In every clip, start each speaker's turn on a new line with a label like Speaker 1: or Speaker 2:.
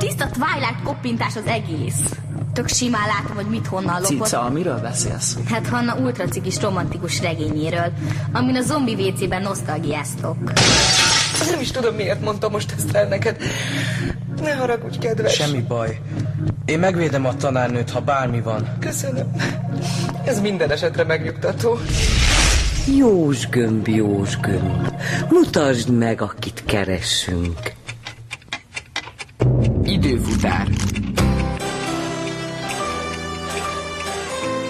Speaker 1: Twilight koppintás az egész. Tök simán látom, hogy mit honnan lopott.
Speaker 2: Cica, miről beszélsz?
Speaker 1: Hát Hanna ultracikis romantikus regényéről, amin a zombi vécében nosztalgiáztok.
Speaker 3: Nem is tudom, miért mondtam most ezt el neked. Ne haragudj, kedves.
Speaker 4: Semmi baj. Én megvédem a tanárnőt, ha bármi van.
Speaker 3: Köszönöm. Ez minden esetre megnyugtató.
Speaker 5: Jós gömb, jós gömb, mutasd meg, akit keresünk.
Speaker 6: Időfutár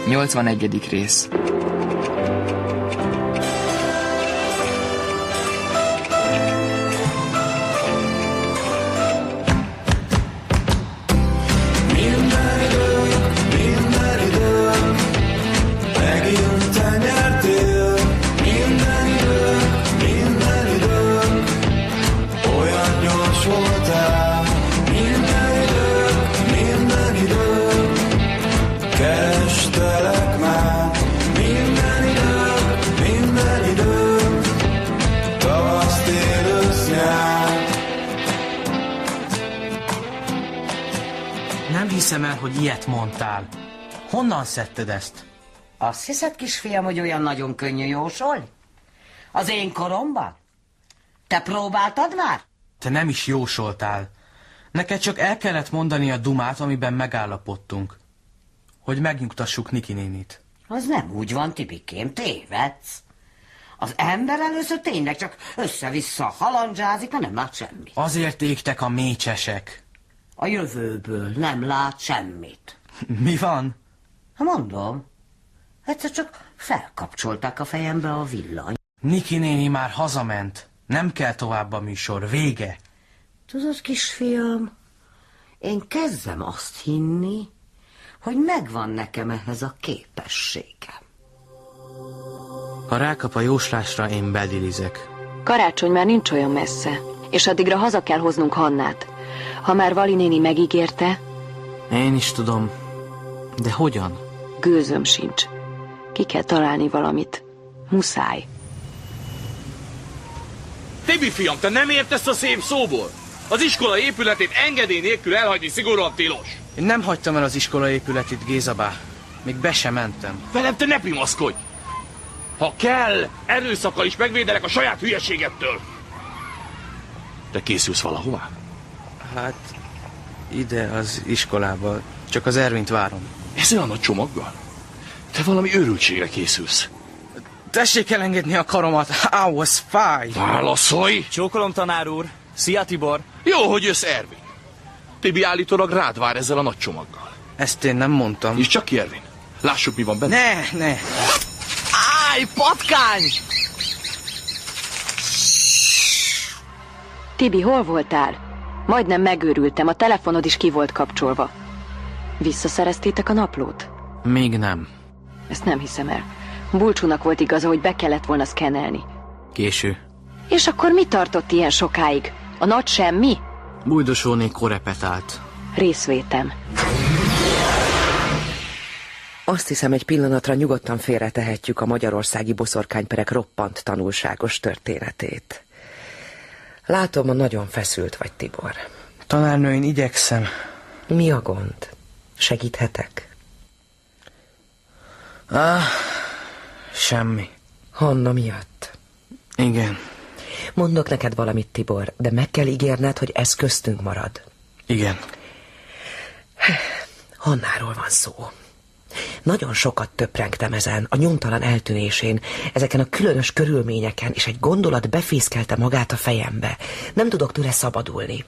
Speaker 6: 81. rész
Speaker 4: Nem hiszem el, hogy ilyet mondtál. Honnan szedted ezt?
Speaker 5: Azt hiszed, kisfiam, hogy olyan nagyon könnyű jósolni? Az én koromban? Te próbáltad már?
Speaker 4: Te nem is jósoltál. Neked csak el kellett mondani a dumát, amiben megállapodtunk. Hogy megnyugtassuk Niki nénit.
Speaker 5: Az nem úgy van, Tibikém, tévedsz. Az ember először tényleg csak össze-vissza halandzsázik, mert nem lát semmit.
Speaker 4: Azért égtek a mécsesek.
Speaker 5: A jövőből nem lát semmit.
Speaker 4: Mi van?
Speaker 5: Ha mondom, egyszer csak felkapcsolták a fejembe a villany.
Speaker 4: Niki néni már hazament. Nem kell tovább a műsor. Vége.
Speaker 5: Tudod, kisfiam, én kezdem azt hinni, hogy megvan nekem ehhez a képességem.
Speaker 4: Ha rákap a jóslásra, én belilizek.
Speaker 7: Karácsony már nincs olyan messze, és addigra haza kell hoznunk Hannát. Ha már Vali néni megígérte,
Speaker 4: Én is tudom. De hogyan?
Speaker 7: gőzöm sincs. Ki kell találni valamit. Muszáj.
Speaker 8: Tibi fiam, te nem értesz a szép szóból? Az iskola épületét engedély nélkül elhagyni szigorúan tilos.
Speaker 4: Én nem hagytam el az iskola épületét Gézabá. Még be sem mentem.
Speaker 8: Velem te ne pimaszkodj! Ha kell, erőszakkal is megvédelek a saját hülyeségettől. Te készülsz valahová?
Speaker 4: Hát ide az iskolába. Csak az Ervint várom.
Speaker 8: Ezzel a nagy csomaggal? Te valami őrültségre készülsz.
Speaker 4: Tessék elengedni a karomat. Áú, az fáj.
Speaker 8: Válaszolj!
Speaker 9: Csókolom, tanár úr! Szia, Tibor!
Speaker 8: Jó, hogy jössz, Ervin. Tibi állítólag rád vár ezzel a nagy csomaggal.
Speaker 4: Ezt én nem mondtam.
Speaker 8: És csak ki, Ervin. Lássuk, mi van benne.
Speaker 4: Ne, ne.
Speaker 9: Állj, patkány!
Speaker 7: Tibi, hol voltál? Majdnem megőrültem, a telefonod is ki volt kapcsolva. Visszaszereztétek a naplót?
Speaker 4: Még nem.
Speaker 7: Ezt nem hiszem el. Bulcsúnak volt igaza, hogy be kellett volna szkennelni.
Speaker 4: Késő.
Speaker 7: És akkor mi tartott ilyen sokáig? A nagy semmi?
Speaker 4: Bújdosóné korepetált.
Speaker 7: Részvétem.
Speaker 10: Azt hiszem, egy pillanatra nyugodtan félretehetjük a magyarországi boszorkányperek roppant tanulságos történetét. Látom, a nagyon feszült vagy, Tibor.
Speaker 4: Tanárnő, én igyekszem.
Speaker 10: Mi a gond? Segíthetek?
Speaker 4: Ah, semmi.
Speaker 10: Hanna miatt.
Speaker 4: Igen,
Speaker 10: Mondok neked valamit, Tibor, de meg kell ígérned, hogy ez köztünk marad.
Speaker 4: igen.
Speaker 10: Hannáról van szó. Nagyon sokat töprengtem ezen, a nyomtalan eltűnésén, ezeken a különös körülményeken, és egy gondolat befészkelte magát a fejembe. Nem tudok tőle szabadulni.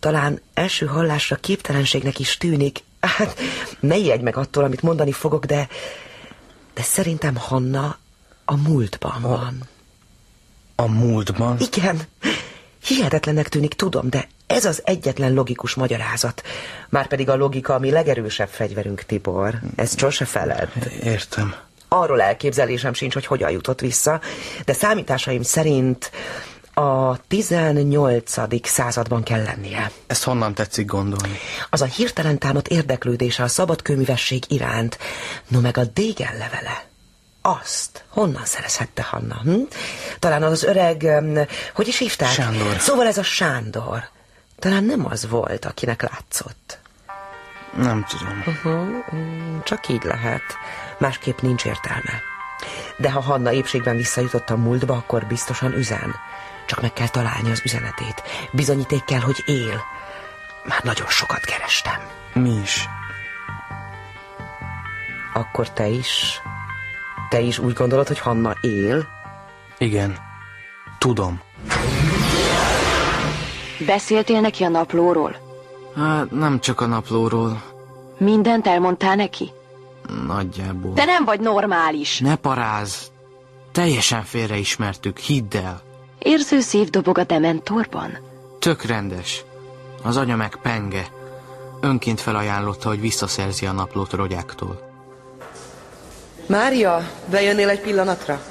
Speaker 10: Talán első hallásra képtelenségnek is tűnik. Hát, ne ijedj meg attól, amit mondani fogok, de... De szerintem Hanna a múltban van.
Speaker 4: A múltban?
Speaker 10: Igen. Hihetetlennek tűnik, tudom, de ez az egyetlen logikus magyarázat. Márpedig a logika, ami legerősebb fegyverünk, Tibor. Ezt sose feled.
Speaker 4: Értem.
Speaker 10: Arról elképzelésem sincs, hogy hogyan jutott vissza, de számításaim szerint a 18. században kell lennie.
Speaker 4: Ezt honnan tetszik gondolni?
Speaker 10: Az a hirtelen támadt érdeklődése a szabadkőművesség iránt, no meg a Dégen levele. Azt honnan szerezhette Hanna? Hm? Talán az öreg, em, hogy is hívták?
Speaker 4: Sándor.
Speaker 10: Szóval ez a Sándor. Talán nem az volt, akinek látszott.
Speaker 4: Nem tudom.
Speaker 10: Uh-huh, mm, csak így lehet. Másképp nincs értelme. De ha Hanna épségben visszajutott a múltba, akkor biztosan üzen. Csak meg kell találni az üzenetét. Bizonyíték kell, hogy él. Már nagyon sokat kerestem.
Speaker 4: Mi is?
Speaker 10: Akkor te is... Te is úgy gondolod, hogy Hanna él?
Speaker 4: Igen. Tudom.
Speaker 11: Beszéltél neki a naplóról?
Speaker 12: Hát nem csak a naplóról,
Speaker 11: Mindent elmondtál neki?
Speaker 12: nagyjából.
Speaker 11: Te nem vagy normális.
Speaker 4: Ne paráz! Teljesen félreismertük, hidd el.
Speaker 11: Érző szív dobog a dementorban?
Speaker 4: Tök rendes. Az anya meg penge. Önként felajánlotta, hogy visszaszerzi a naplót rogyáktól.
Speaker 10: Mária, bejönnél egy pillanatra?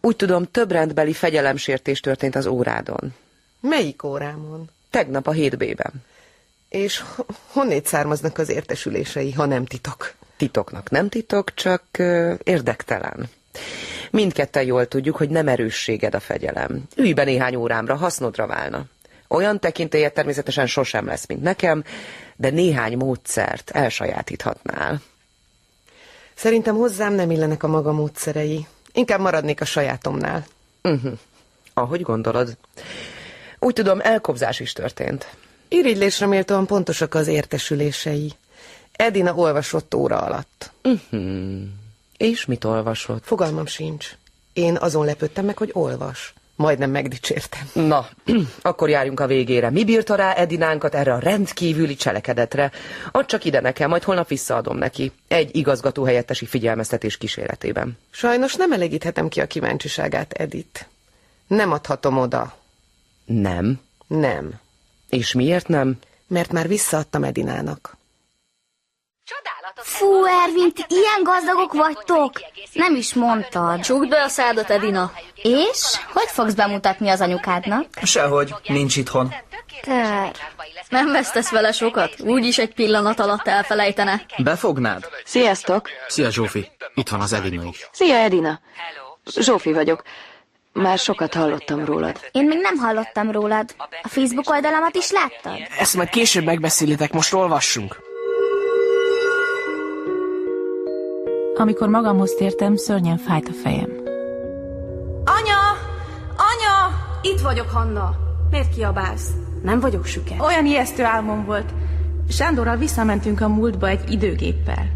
Speaker 10: Úgy tudom, több rendbeli fegyelemsértés történt az órádon.
Speaker 13: Melyik órámon?
Speaker 10: Tegnap a 7B-ben.
Speaker 13: És ho- honnét származnak az értesülései, ha nem titok?
Speaker 10: Titoknak nem titok, csak ö, érdektelen. Mindketten jól tudjuk, hogy nem erősséged a fegyelem. Ülj be néhány órámra, hasznodra válna. Olyan tekintélyed természetesen sosem lesz, mint nekem, de néhány módszert elsajátíthatnál.
Speaker 13: Szerintem hozzám nem illenek a maga módszerei. Inkább maradnék a sajátomnál.
Speaker 10: Ahogy gondolod. Mhm. Úgy tudom, elkobzás is történt.
Speaker 13: Irigylésre méltóan pontosak az értesülései. Edina olvasott óra alatt. Mhm.
Speaker 10: És mit olvasott?
Speaker 13: Fogalmam sincs. Én azon lepődtem meg, hogy olvas. Majdnem megdicsértem.
Speaker 10: Na, akkor járjunk a végére. Mi bírta rá Edinánkat erre a rendkívüli cselekedetre? Add csak ide nekem, majd holnap visszaadom neki. Egy igazgató helyettesi figyelmeztetés kíséretében.
Speaker 13: Sajnos nem elégíthetem ki a kíváncsiságát, Edit. Nem adhatom oda.
Speaker 10: Nem.
Speaker 13: Nem.
Speaker 10: És miért nem?
Speaker 13: Mert már visszaadtam Edinának.
Speaker 1: Fú, Ervint, ilyen gazdagok vagytok! Nem is mondtad.
Speaker 11: Csukd be a szádat, Edina.
Speaker 1: És? Hogy fogsz bemutatni az anyukádnak?
Speaker 14: Sehogy, nincs itthon.
Speaker 1: Kár.
Speaker 11: Nem vesztesz vele sokat, úgyis egy pillanat alatt elfelejtene.
Speaker 14: Befognád?
Speaker 11: Sziasztok!
Speaker 4: Szia Zsófi, itt van az Edina is.
Speaker 11: Szia, Edina! Zsófi vagyok. Már sokat hallottam rólad.
Speaker 1: Én még nem hallottam rólad. A Facebook oldalamat is láttad?
Speaker 12: Ezt majd később megbeszélitek, most olvassunk.
Speaker 15: Amikor magamhoz tértem, szörnyen fájt a fejem.
Speaker 11: Anya! Anya! Itt vagyok, Hanna.
Speaker 15: Miért kiabálsz?
Speaker 11: Nem vagyok süke.
Speaker 15: Olyan ijesztő álmom volt. Sándorral visszamentünk a múltba egy időgéppel.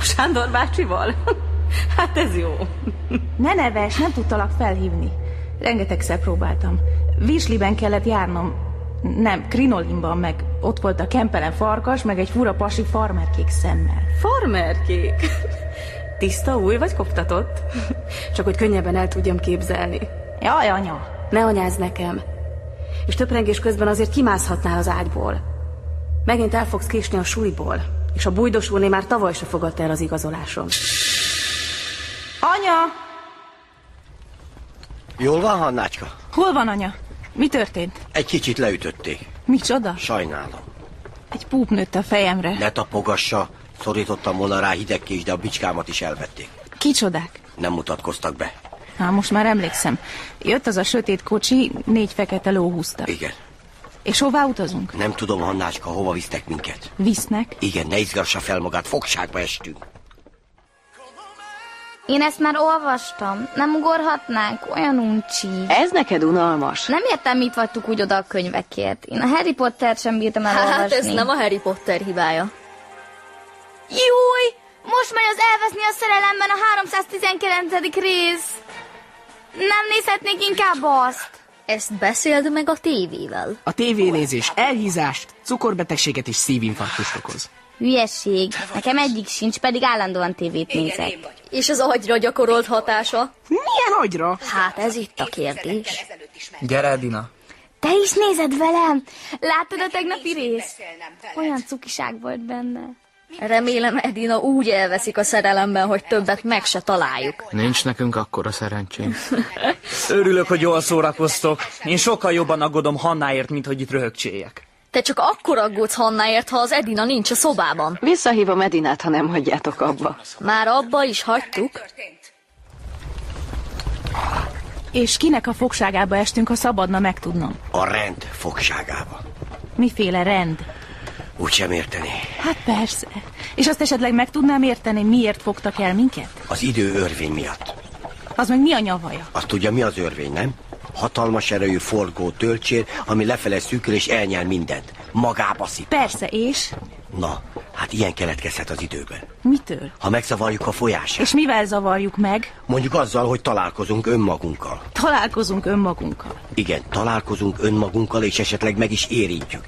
Speaker 15: Sándor bácsival? Hát ez jó. Ne neves, nem tudtalak felhívni. Rengetegszer próbáltam. Visliben kellett járnom. Nem, krinolinban meg. Ott volt a kempelen farkas, meg egy fura pasi farmerkék szemmel. Farmerkék? Tiszta új vagy koptatott? Csak hogy könnyebben el tudjam képzelni. Jaj, anya! Ne anyázz nekem. És töprengés közben azért kimászhatnál az ágyból. Megint el fogsz késni a suliból. És a bújdosóné már tavaly se fogadta el az igazolásom. Anya!
Speaker 14: Jól van, Hannácska?
Speaker 15: Hol van anya? Mi történt?
Speaker 14: Egy kicsit leütötték.
Speaker 15: Micsoda?
Speaker 14: Sajnálom.
Speaker 15: Egy púp nőtt a fejemre.
Speaker 14: Ne tapogassa. Szorítottam volna rá hideg kés, de a bicskámat is elvették.
Speaker 15: Kicsodák?
Speaker 14: Nem mutatkoztak be.
Speaker 15: Há, most már emlékszem. Jött az a sötét kocsi, négy fekete ló húzta.
Speaker 14: Igen.
Speaker 15: És hová utazunk?
Speaker 14: Nem tudom, Hannácska, hova visztek minket.
Speaker 15: Visznek?
Speaker 14: Igen, ne izgassa fel magát, fogságba estünk.
Speaker 1: Én ezt már olvastam. Nem ugorhatnánk? Olyan uncsi.
Speaker 7: E-
Speaker 11: Ez neked unalmas.
Speaker 1: Nem értem, mit vagytuk úgy oda a könyvekért. Én a Harry Potter sem bírtam elolvasni. Hát ez nem a Harry Potter hibája. Júj! Most megy az elveszni a szerelemben a 319. rész. Nem nézhetnék inkább azt. Ezt beszéld meg a tévével.
Speaker 12: A tévénézés elhízást, cukorbetegséget és szívinfarktust okoz.
Speaker 1: Hülyeség. Nekem egyik sincs, pedig állandóan tévét nézek. És az agyra gyakorolt hatása?
Speaker 12: Milyen agyra?
Speaker 1: Hát ez itt a kérdés.
Speaker 12: Gyere, Edina.
Speaker 1: Te is nézed velem? Láttad a tegnapi részt? Olyan cukiság volt benne.
Speaker 11: Remélem Edina úgy elveszik a szerelemben, hogy többet meg se találjuk.
Speaker 4: Nincs nekünk akkora szerencsénk.
Speaker 14: Örülök, hogy jól szórakoztok. Én sokkal jobban aggódom Hannáért, mint hogy itt röhögcséljek.
Speaker 11: Te csak akkor aggódsz Hannáért, ha az Edina nincs a szobában. Visszahívom Edinát, ha nem hagyjátok abba. Már abba is hagytuk.
Speaker 15: És kinek a fogságába estünk, ha szabadna megtudnom?
Speaker 14: A rend fogságába.
Speaker 15: Miféle rend?
Speaker 14: Úgy sem érteni.
Speaker 15: Hát persze. És azt esetleg meg tudnám érteni, miért fogtak el minket?
Speaker 14: Az idő örvény miatt.
Speaker 15: Az meg mi a nyavaja?
Speaker 14: Azt tudja, mi az örvény, nem? Hatalmas erejű forgó tölcsér, ami lefele szűkül és elnyel mindent. Magába szip.
Speaker 15: Persze, és?
Speaker 14: Na, hát ilyen keletkezhet az időben.
Speaker 15: Mitől?
Speaker 14: Ha megzavarjuk a folyását.
Speaker 15: És mivel zavarjuk meg?
Speaker 14: Mondjuk azzal, hogy találkozunk önmagunkkal.
Speaker 15: Találkozunk önmagunkkal.
Speaker 14: Igen, találkozunk önmagunkkal, és esetleg meg is érintjük.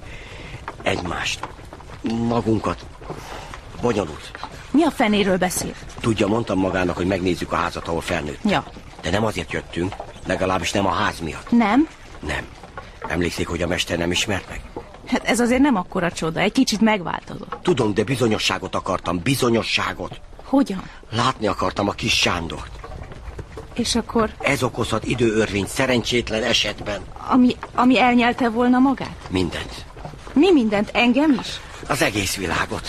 Speaker 14: Egymást. Magunkat. Bonyolult.
Speaker 15: Mi a fenéről beszél?
Speaker 14: Tudja, mondtam magának, hogy megnézzük a házat, ahol felnőtt.
Speaker 15: Ja.
Speaker 14: De nem azért jöttünk, legalábbis nem a ház miatt.
Speaker 15: Nem?
Speaker 14: Nem. Emlékszik, hogy a mester nem ismert meg?
Speaker 15: Hát ez azért nem akkora csoda, egy kicsit megváltozott.
Speaker 14: Tudom, de bizonyosságot akartam, bizonyosságot.
Speaker 15: Hogyan?
Speaker 14: Látni akartam a kis Sándort.
Speaker 15: És akkor,
Speaker 14: Ez okozhat időörvény szerencsétlen esetben.
Speaker 15: ami, ami elnyelte volna magát?
Speaker 14: Mindent.
Speaker 15: Mi mindent, engem is?
Speaker 14: Az egész világot.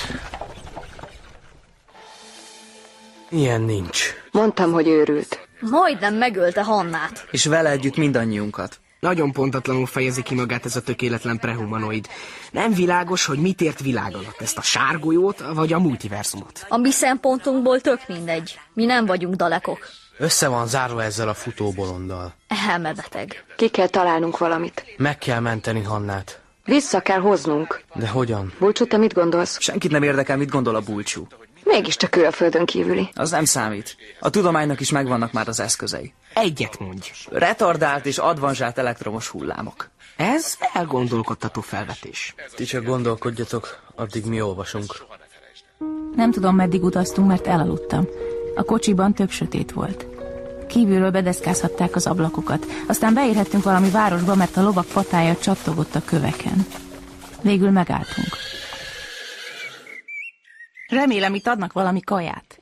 Speaker 16: Ilyen nincs.
Speaker 7: Mondtam, hogy őrült.
Speaker 1: Majdnem megölte Hannát.
Speaker 16: És vele együtt mindannyiunkat.
Speaker 12: Nagyon pontatlanul fejezi ki magát ez a tökéletlen prehumanoid. Nem világos, hogy mit ért világ alatt, ezt a sárgolyót vagy a multiverzumot.
Speaker 11: A mi szempontunkból tök mindegy. Mi nem vagyunk dalekok.
Speaker 4: Össze van zárva ezzel a futóbolonddal.
Speaker 11: Elmebeteg.
Speaker 7: Ki kell találnunk valamit.
Speaker 4: Meg kell menteni Hannát.
Speaker 7: Vissza kell hoznunk.
Speaker 4: De hogyan?
Speaker 7: Bulcsú, te mit gondolsz?
Speaker 16: Senkit nem érdekel, mit gondol a bulcsú.
Speaker 7: Mégiscsak ő a földön kívüli.
Speaker 16: Az nem számít. A tudománynak is megvannak már az eszközei.
Speaker 12: Egyet mondj.
Speaker 16: Retardált és advanzsált elektromos hullámok.
Speaker 12: Ez elgondolkodtató felvetés.
Speaker 4: Ti csak gondolkodjatok, addig mi olvasunk.
Speaker 15: Nem tudom, meddig utaztunk, mert elaludtam. A kocsiban több sötét volt. Kívülről bedeszkázhatták az ablakokat, aztán beérhettünk valami városba, mert a lovak patája csattogott a köveken. Végül megálltunk. Remélem, itt adnak valami kaját.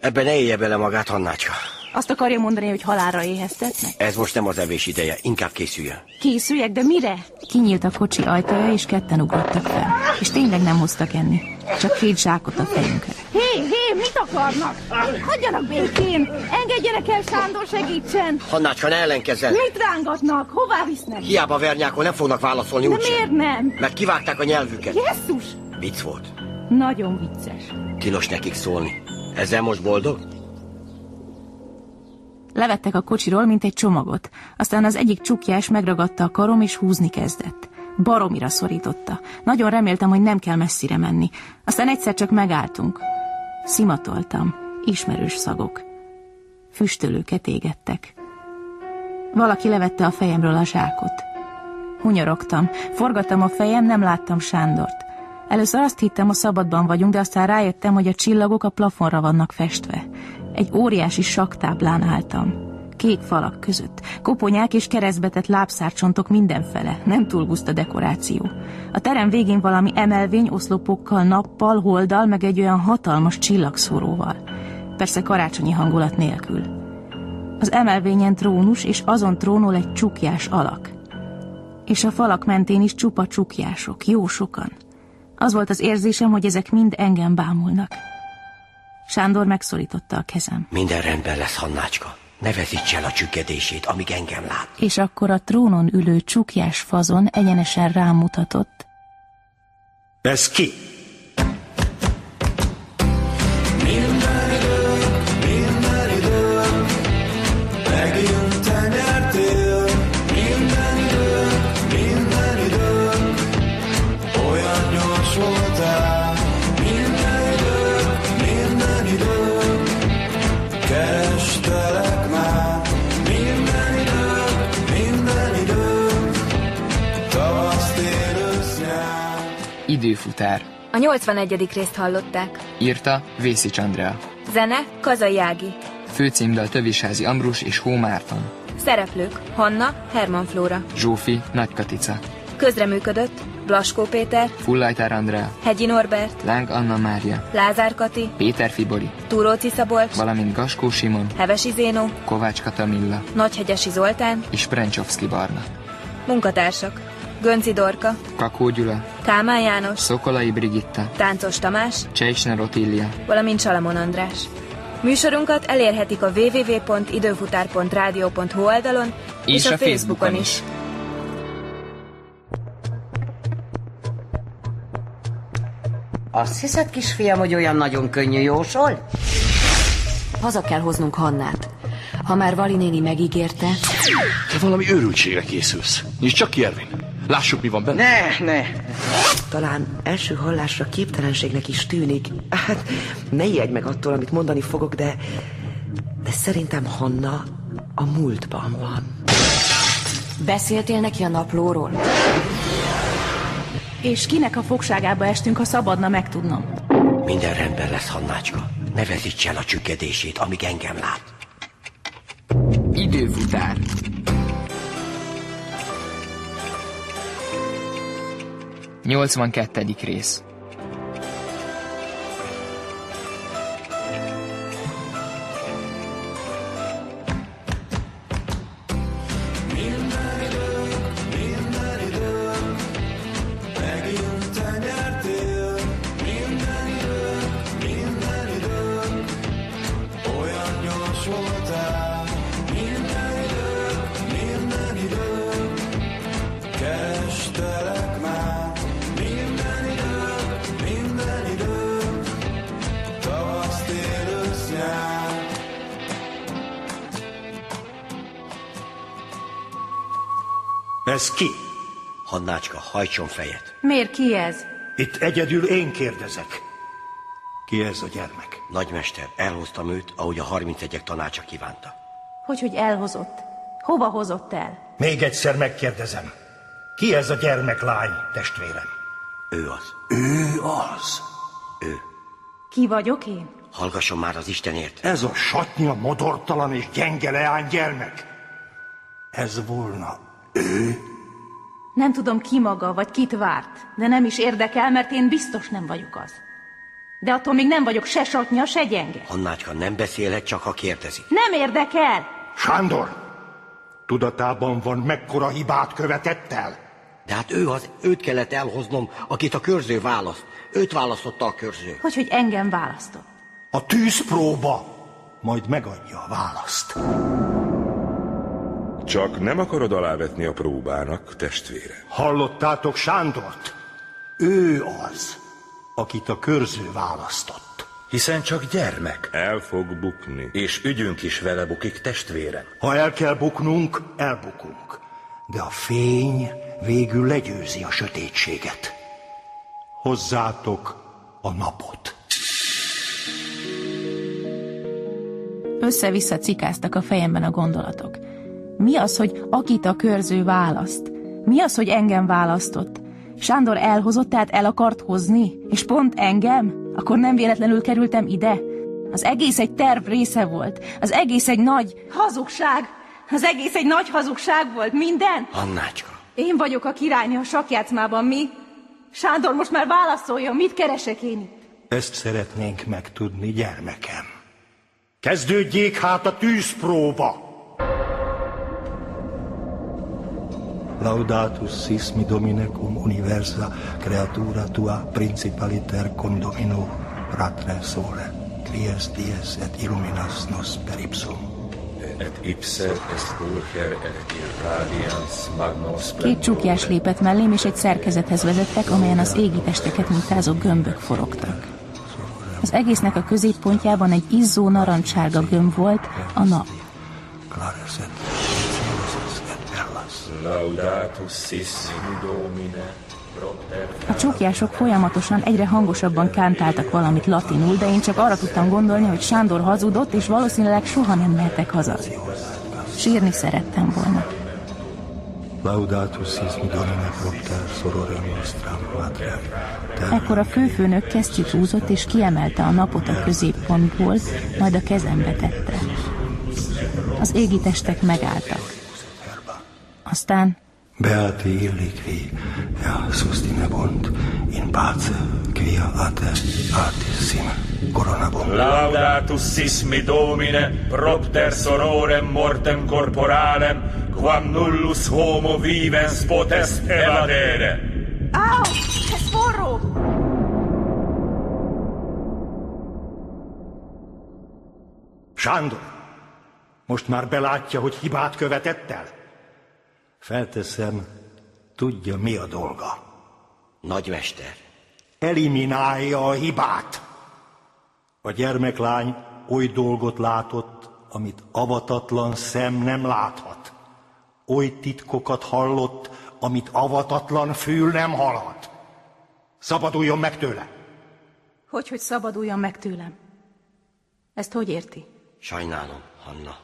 Speaker 14: Ebben ne élje bele magát, Hannácska.
Speaker 15: Azt akarja mondani, hogy halálra éheztetnek?
Speaker 14: Ez most nem az evés ideje, inkább készüljön.
Speaker 15: Készüljek, de mire? Kinyílt a kocsi ajtaja, és ketten ugrottak fel. És tényleg nem hoztak enni. Csak két zsákot a fejünkre.
Speaker 17: Hé, hé, mit akarnak? Hagyjanak békén! Engedjenek el, Sándor segítsen!
Speaker 14: Hannácska, ne ellenkezzen!
Speaker 17: Mit rángatnak? Hová visznek?
Speaker 14: Hiába vernyákon nem fognak válaszolni
Speaker 17: De
Speaker 14: úgysem.
Speaker 17: miért nem?
Speaker 14: Mert kivágták a nyelvüket.
Speaker 17: Jesszus!
Speaker 14: Vicc volt.
Speaker 15: Nagyon vicces.
Speaker 14: Tilos nekik szólni. Ezzel most boldog?
Speaker 15: Levettek a kocsiról, mint egy csomagot. Aztán az egyik csukjás megragadta a karom, és húzni kezdett. Baromira szorította. Nagyon reméltem, hogy nem kell messzire menni. Aztán egyszer csak megálltunk. Szimatoltam. Ismerős szagok. Füstölőket égettek. Valaki levette a fejemről a zsákot. Hunyorogtam. Forgattam a fejem, nem láttam Sándort. Először azt hittem, a szabadban vagyunk, de aztán rájöttem, hogy a csillagok a plafonra vannak festve. Egy óriási saktáblán álltam. Kék falak között. Koponyák és keresztbetett lábszárcsontok mindenfele. Nem túl buszta dekoráció. A terem végén valami emelvény oszlopokkal, nappal, holddal, meg egy olyan hatalmas csillagszóróval. Persze karácsonyi hangulat nélkül. Az emelvényen trónus, és azon trónol egy csukjás alak. És a falak mentén is csupa csukjások, jó sokan. Az volt az érzésem, hogy ezek mind engem bámulnak. Sándor megszorította a kezem.
Speaker 14: Minden rendben lesz, Hannácska. Ne vezíts el a csüggedését, amíg engem lát.
Speaker 15: És akkor a trónon ülő csukjás fazon egyenesen rámutatott.
Speaker 18: Ez ki?
Speaker 19: Kerestelek már minden időm, minden időm, tavasz, tél, ősz, nyár.
Speaker 20: Időfutár.
Speaker 21: A 81. részt hallották.
Speaker 20: Írta Vészics Andrea.
Speaker 21: Zene Kazai Ági.
Speaker 20: Főcímdal Tövisházi Ambrus és Hó Márton.
Speaker 21: Szereplők Hanna Herman Flóra.
Speaker 20: Zsófi Nagy Katica.
Speaker 21: Közreműködött Blaskó Péter,
Speaker 20: Fullajtár Andrea.
Speaker 21: Hegyi Norbert,
Speaker 20: Láng Anna Mária.
Speaker 21: Lázár Kati,
Speaker 20: Péter Fibori.
Speaker 21: Túróci Szabolcs,
Speaker 20: Valamint Gaskó Simon.
Speaker 21: Hevesi Zénó,
Speaker 20: Kovács Katamilla.
Speaker 21: Nagyhegyesi Zoltán,
Speaker 20: És Prencsovszki Barna.
Speaker 21: munkatársak Gönci Dorka,
Speaker 20: Kakó Gyula.
Speaker 21: Kálmán János,
Speaker 20: Szokolai Brigitta.
Speaker 21: Táncos Tamás,
Speaker 20: Csejsner Otília.
Speaker 21: valamint Salamon András. Műsorunkat elérhetik a www.időfutár.rádió.hu oldalon és, a, Facebookon is.
Speaker 5: Azt hiszed, kisfiam, hogy olyan nagyon könnyű jósol?
Speaker 7: Haza kell hoznunk Hannát. Ha már Vali néni megígérte...
Speaker 8: Te valami őrültségre készülsz. Nincs csak ki, Ervin. Lássuk, mi van benne.
Speaker 10: Ne, ne! Talán első hallásra képtelenségnek is tűnik. Hát, ne ijedj meg attól, amit mondani fogok, de... De szerintem Hanna a múltban van.
Speaker 7: Beszéltél neki a naplóról?
Speaker 15: És kinek a fogságába estünk, ha szabadna megtudnom?
Speaker 14: Minden rendben lesz, Hannácska. Ne vezíts el a csüggedését, amíg engem lát.
Speaker 22: Időfutár.
Speaker 6: Há, 82. rész.
Speaker 19: Megint te nyertél minden idők, minden idők. Olyan gyors voltál minden idők, minden idők. Kerestelek már minden idők, minden idők. Tavasz, tél, ősz, nyár.
Speaker 18: Ez ki?
Speaker 14: Hannácska, hajtson fejet.
Speaker 15: Miért ki ez?
Speaker 18: Itt egyedül én kérdezek. Ki ez a gyermek?
Speaker 14: Nagymester, elhoztam őt, ahogy a 31-ek tanácsa kívánta.
Speaker 15: Hogy, hogy elhozott? Hova hozott el?
Speaker 18: Még egyszer megkérdezem. Ki ez a gyermek lány, testvérem?
Speaker 14: Ő az.
Speaker 18: Ő az.
Speaker 15: Ki vagyok én?
Speaker 14: Hallgasson már az Istenért.
Speaker 18: Ez a satnya modortalan és gyenge leány gyermek. Ez volna ő?
Speaker 15: Nem tudom ki maga, vagy kit várt, de nem is érdekel, mert én biztos nem vagyok az. De attól még nem vagyok se satnya, se gyenge.
Speaker 14: Hannácska nem beszélhet, csak ha kérdezi.
Speaker 15: Nem érdekel!
Speaker 18: Sándor! Tudatában van, mekkora hibát követett el?
Speaker 14: De hát ő az, őt kellett elhoznom, akit a körző választ. Őt választotta a körző.
Speaker 15: Hogy, hogy engem választott.
Speaker 18: A tűzpróba majd megadja a választ.
Speaker 17: Csak nem akarod alávetni a próbának, testvére.
Speaker 18: Hallottátok Sándort? Ő az, akit a körző választott.
Speaker 17: Hiszen csak gyermek. El fog bukni. És ügyünk is vele bukik, testvérem.
Speaker 18: Ha el kell buknunk, elbukunk. De a fény végül legyőzi a sötétséget. Hozzátok a napot.
Speaker 15: Össze-vissza cikáztak a fejemben a gondolatok. Mi az, hogy akit a körző választ? Mi az, hogy engem választott? Sándor elhozott, tehát el akart hozni? És pont engem? Akkor nem véletlenül kerültem ide? Az egész egy terv része volt. Az egész egy nagy hazugság. Az egész egy nagy hazugság volt. Minden.
Speaker 14: Hannácska,
Speaker 15: Én vagyok a királynő a sakjátszmában, mi? Sándor, most már válaszoljon, mit keresek én itt?
Speaker 18: Ezt szeretnénk megtudni, gyermekem. Kezdődjék hát a tűzpróba! Laudatus sis mi domine cum universa creatura tua principaliter condomino ratre sole. Quies dies et illuminas nos per ipsum.
Speaker 17: Et ipse est pulcher et irradians magnos
Speaker 15: Két csukjás lépett mellém, és egy szerkezethez vezettek, amelyen az égi testeket mintázó gömbök forogtak. Az egésznek a középpontjában egy izzó narancssárga gömb volt, a nap.
Speaker 18: Clares et Jesus et perlas.
Speaker 17: Laudatus sis in domine. propter
Speaker 15: A csukjások folyamatosan egyre hangosabban kántáltak valamit latinul, de én csak arra tudtam gondolni, hogy Sándor hazudott, és valószínűleg soha nem mehetek haza. Sírni szerettem volna.
Speaker 18: Laudatus sis mi domine propter sororem nostram matrem.
Speaker 15: Ekkor a főfőnök kesztyűt húzott, és kiemelte a napot a középpontból, majd a kezembe tette. Az égitestek megálltak. Aztán
Speaker 18: Beati illi qui, ea sustinebunt, in pace, quia ate artissima coronabunt.
Speaker 17: Laudatus sis mi domine, propter sororem mortem corporalem, quam nullus homo vivens potest evadere.
Speaker 15: Au! Ez forró!
Speaker 18: Sándor, most már belátja, hogy hibát követett el? Felteszem, tudja mi a dolga.
Speaker 14: Nagymester.
Speaker 18: Eliminálja a hibát. A gyermeklány oly dolgot látott, amit avatatlan szem nem láthat. Oly titkokat hallott, amit avatatlan fül nem hallhat. Szabaduljon meg tőle!
Speaker 15: Hogy, hogy szabaduljon meg tőlem? Ezt hogy érti?
Speaker 14: Sajnálom, Hanna.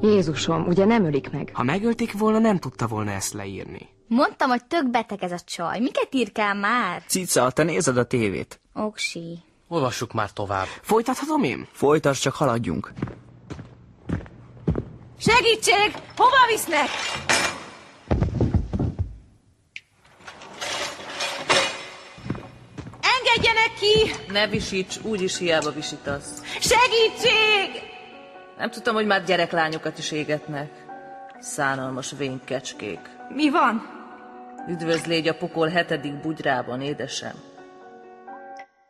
Speaker 7: Jézusom, ugye nem ölik meg?
Speaker 12: Ha megölték volna, nem tudta volna ezt leírni.
Speaker 1: Mondtam, hogy tök beteg ez a csaj. Miket írkál már?
Speaker 12: Cica, te nézed a tévét.
Speaker 1: Oksi.
Speaker 4: Olvassuk már tovább.
Speaker 12: Folytathatom én? Folytasd, csak haladjunk.
Speaker 15: Segítség! Hova visznek? Engedjenek ki!
Speaker 23: Ne visíts, úgyis hiába visítasz.
Speaker 15: Segítség!
Speaker 23: Nem tudtam, hogy már gyereklányokat is égetnek. Szánalmas vénykecskék.
Speaker 15: Mi van?
Speaker 23: Üdvözl légy a pokol hetedik bugyrában, édesem.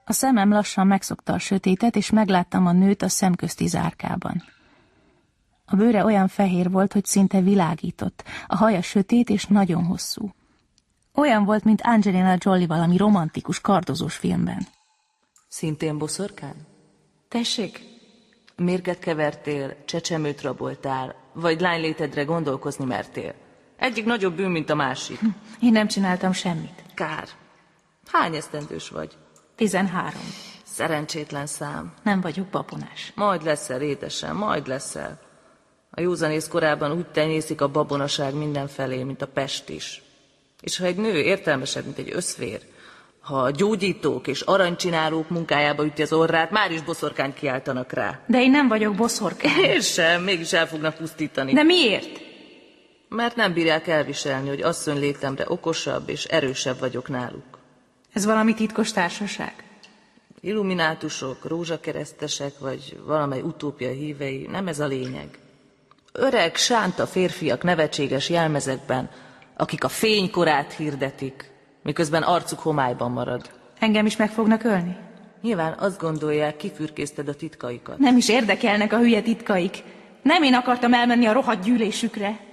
Speaker 15: A szemem lassan megszokta a sötétet, és megláttam a nőt a szemközti zárkában. A bőre olyan fehér volt, hogy szinte világított, a haja sötét és nagyon hosszú. Olyan volt, mint Angelina Jolie valami romantikus, kardozós filmben.
Speaker 23: Szintén boszorkán? Tessék? Mérget kevertél, csecsemőt raboltál, vagy lánylétedre gondolkozni mertél. Egyik nagyobb bűn, mint a másik.
Speaker 15: Én nem csináltam semmit.
Speaker 23: Kár. Hány esztendős vagy?
Speaker 15: 13.
Speaker 23: Szerencsétlen szám.
Speaker 15: Nem vagyok babonás.
Speaker 23: Majd leszel, édesem, majd leszel. A józanész korában úgy tenyészik a babonaság mindenfelé, mint a pest is. És ha egy nő értelmesebb, mint egy összvér, ha a gyógyítók és aranycsinálók munkájába üti az orrát, már is boszorkány kiáltanak rá.
Speaker 15: De én nem vagyok boszorkány.
Speaker 23: Én sem, mégis el fognak pusztítani.
Speaker 15: De miért?
Speaker 23: Mert nem bírják elviselni, hogy asszony létemre okosabb és erősebb vagyok náluk.
Speaker 15: Ez valami titkos társaság.
Speaker 23: Illuminátusok, rózsakeresztesek vagy valamely utópia hívei, nem ez a lényeg. Öreg, sánta férfiak nevetséges jelmezekben, akik a fénykorát hirdetik, miközben arcuk homályban marad.
Speaker 15: Engem is meg fognak ölni?
Speaker 23: Nyilván azt gondolják, kifürkészted a titkaikat.
Speaker 15: Nem is érdekelnek a hülye titkaik. Nem én akartam elmenni a rohadt gyűlésükre.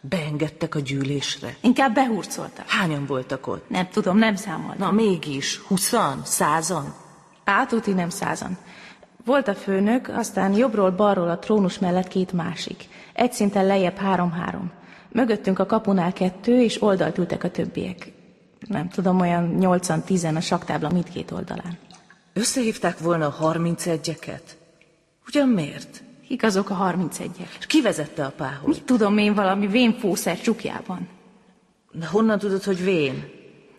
Speaker 23: Beengedtek a gyűlésre.
Speaker 15: Inkább behurcoltak.
Speaker 23: Hányan voltak ott?
Speaker 15: Nem tudom, nem számoltam.
Speaker 23: Na mégis, huszan, százan?
Speaker 15: Átuti nem százan. Volt a főnök, aztán jobbról-balról a trónus mellett két másik. Egy szinten lejjebb három-három. Mögöttünk a kapunál kettő, és oldalt ültek a többiek. Nem tudom, olyan nyolcan, tízen a saktábla mindkét oldalán.
Speaker 23: Összehívták volna a 31 egyeket Ugyan miért?
Speaker 15: Igazok a 31-ek.
Speaker 23: És kivezette a pához?
Speaker 15: Mit tudom én valami vén fószer csukjában?
Speaker 23: Na honnan tudod, hogy vén?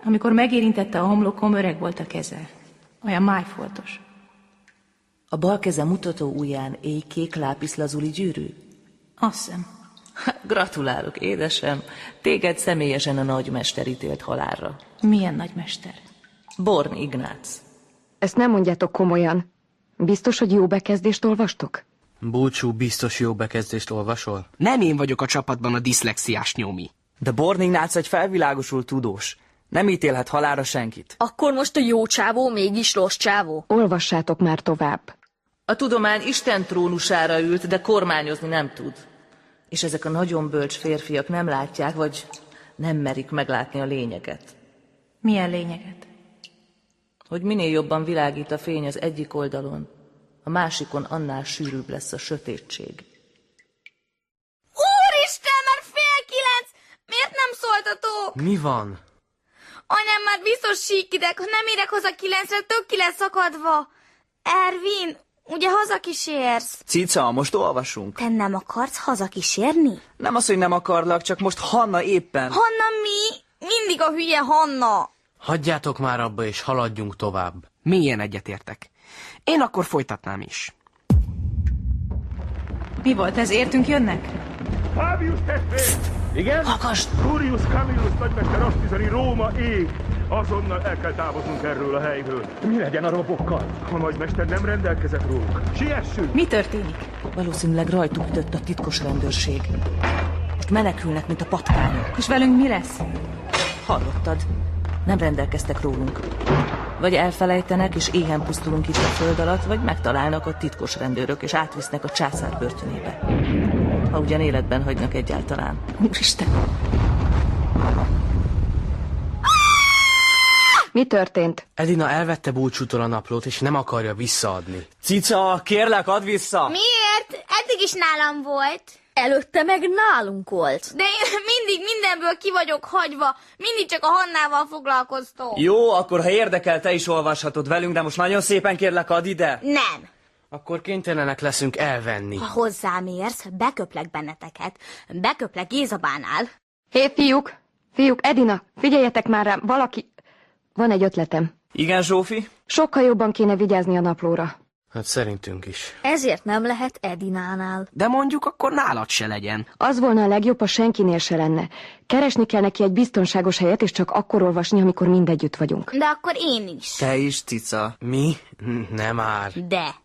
Speaker 15: Amikor megérintette a homlokom, öreg volt a keze. Olyan májfoltos.
Speaker 23: A bal keze mutató ujján éjkék lápiszlazuli gyűrű?
Speaker 15: Azt hiszem.
Speaker 23: Gratulálok, édesem. Téged személyesen a nagymester ítélt halálra.
Speaker 15: Milyen nagymester?
Speaker 23: Born Ignác.
Speaker 7: Ezt nem mondjátok komolyan. Biztos, hogy jó bekezdést olvastok?
Speaker 4: Búcsú, biztos jó bekezdést olvasol?
Speaker 12: Nem én vagyok a csapatban a diszlexiás nyomi. De Borningnác egy felvilágosult tudós. Nem ítélhet halára senkit.
Speaker 11: Akkor most a jó csávó mégis rossz csávó?
Speaker 7: Olvassátok már tovább.
Speaker 23: A tudomány Isten trónusára ült, de kormányozni nem tud. És ezek a nagyon bölcs férfiak nem látják, vagy nem merik meglátni a lényeget.
Speaker 15: Milyen lényeget?
Speaker 23: Hogy minél jobban világít a fény az egyik oldalon, a másikon annál sűrűbb lesz a sötétség.
Speaker 1: Úristen, már fél kilenc! Miért nem szóltatok?
Speaker 4: Mi van?
Speaker 1: Anyám már biztos síkidek, ha nem érek haza kilencre, tök ki lesz akadva. Ervin, ugye hazakísérsz?
Speaker 12: Cica, most olvasunk.
Speaker 1: Te nem akarsz hazakísérni?
Speaker 12: Nem az, hogy nem akarlak, csak most Hanna éppen...
Speaker 1: Hanna mi? Mindig a hülye Hanna.
Speaker 4: Hagyjátok már abba, és haladjunk tovább.
Speaker 12: Milyen egyetértek? Én akkor folytatnám is.
Speaker 15: Mi volt ez? Értünk jönnek?
Speaker 8: Fábius testvér! Igen?
Speaker 12: Hallgass!
Speaker 8: Curius Camillus nagymester azt üzeni, Róma ég! Azonnal el kell távoznunk erről a helyről. Mi legyen a robokkal? A nagymester nem rendelkezett róluk. Siessünk!
Speaker 15: Mi történik?
Speaker 23: Valószínűleg rajtuk ütött a titkos rendőrség. Most menekülnek, mint a patkányok.
Speaker 15: És velünk mi lesz?
Speaker 23: Hallottad? Nem rendelkeztek rólunk. Vagy elfelejtenek, és éhen pusztulunk itt a föld alatt, vagy megtalálnak a titkos rendőrök, és átvisznek a császár börtönébe. Ha ugyan életben hagynak egyáltalán. Úristen!
Speaker 7: Mi történt?
Speaker 4: Edina elvette búcsútól a naplót, és nem akarja visszaadni.
Speaker 16: Cica, kérlek, add
Speaker 4: Ah.
Speaker 16: vissza!
Speaker 1: Miért? Eddig is nálam volt.
Speaker 11: Előtte meg nálunk volt.
Speaker 1: De én mindig mindenből ki vagyok hagyva, mindig csak a Hannával foglalkoztok.
Speaker 16: Jó, akkor ha érdekel, te is olvashatod velünk, de most nagyon szépen kérlek, add ide!
Speaker 1: Nem.
Speaker 4: Akkor kénytelenek leszünk elvenni.
Speaker 1: Ha hozzám érsz, beköplek benneteket. Beköplek Gézabánál.
Speaker 7: Hé, fiúk! Fiúk, Edina, figyeljetek már rám, valaki... Van egy ötletem.
Speaker 16: Igen, Zsófi?
Speaker 7: Sokkal jobban kéne vigyázni a naplóra.
Speaker 4: Hát szerintünk is.
Speaker 11: Ezért nem lehet Edinánál.
Speaker 12: De mondjuk akkor nálad se legyen.
Speaker 7: Az volna a legjobb, ha senkinél se lenne. Keresni kell neki egy biztonságos helyet, és csak akkor olvasni, amikor mindegyütt vagyunk.
Speaker 1: De akkor én is.
Speaker 12: Te is, cica.
Speaker 4: Mi? Nem már.
Speaker 1: De.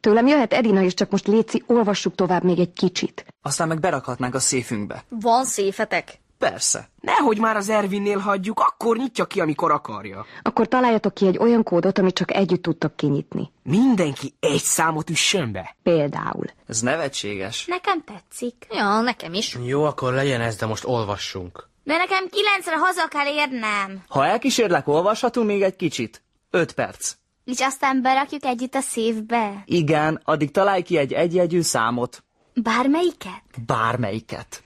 Speaker 7: Tőlem jöhet Edina is, csak most Léci, olvassuk tovább még egy kicsit.
Speaker 12: Aztán meg berakhatnánk a széfünkbe.
Speaker 11: Van széfetek?
Speaker 12: Persze. Nehogy már az Ervinnél hagyjuk, akkor nyitja ki, amikor akarja.
Speaker 7: Akkor találjatok ki egy olyan kódot, amit csak együtt tudtok kinyitni.
Speaker 12: Mindenki egy számot üssön be.
Speaker 7: Például.
Speaker 12: Ez nevetséges.
Speaker 1: Nekem tetszik.
Speaker 11: Ja, nekem is.
Speaker 4: Jó, akkor legyen ez, de most olvassunk.
Speaker 1: De nekem kilencre haza kell érnem.
Speaker 12: Ha elkísérlek, olvashatunk még egy kicsit. Öt perc.
Speaker 1: És aztán berakjuk együtt a szívbe.
Speaker 12: Igen, addig találj ki egy egyjegyű számot.
Speaker 1: Bármelyiket?
Speaker 12: Bármelyiket.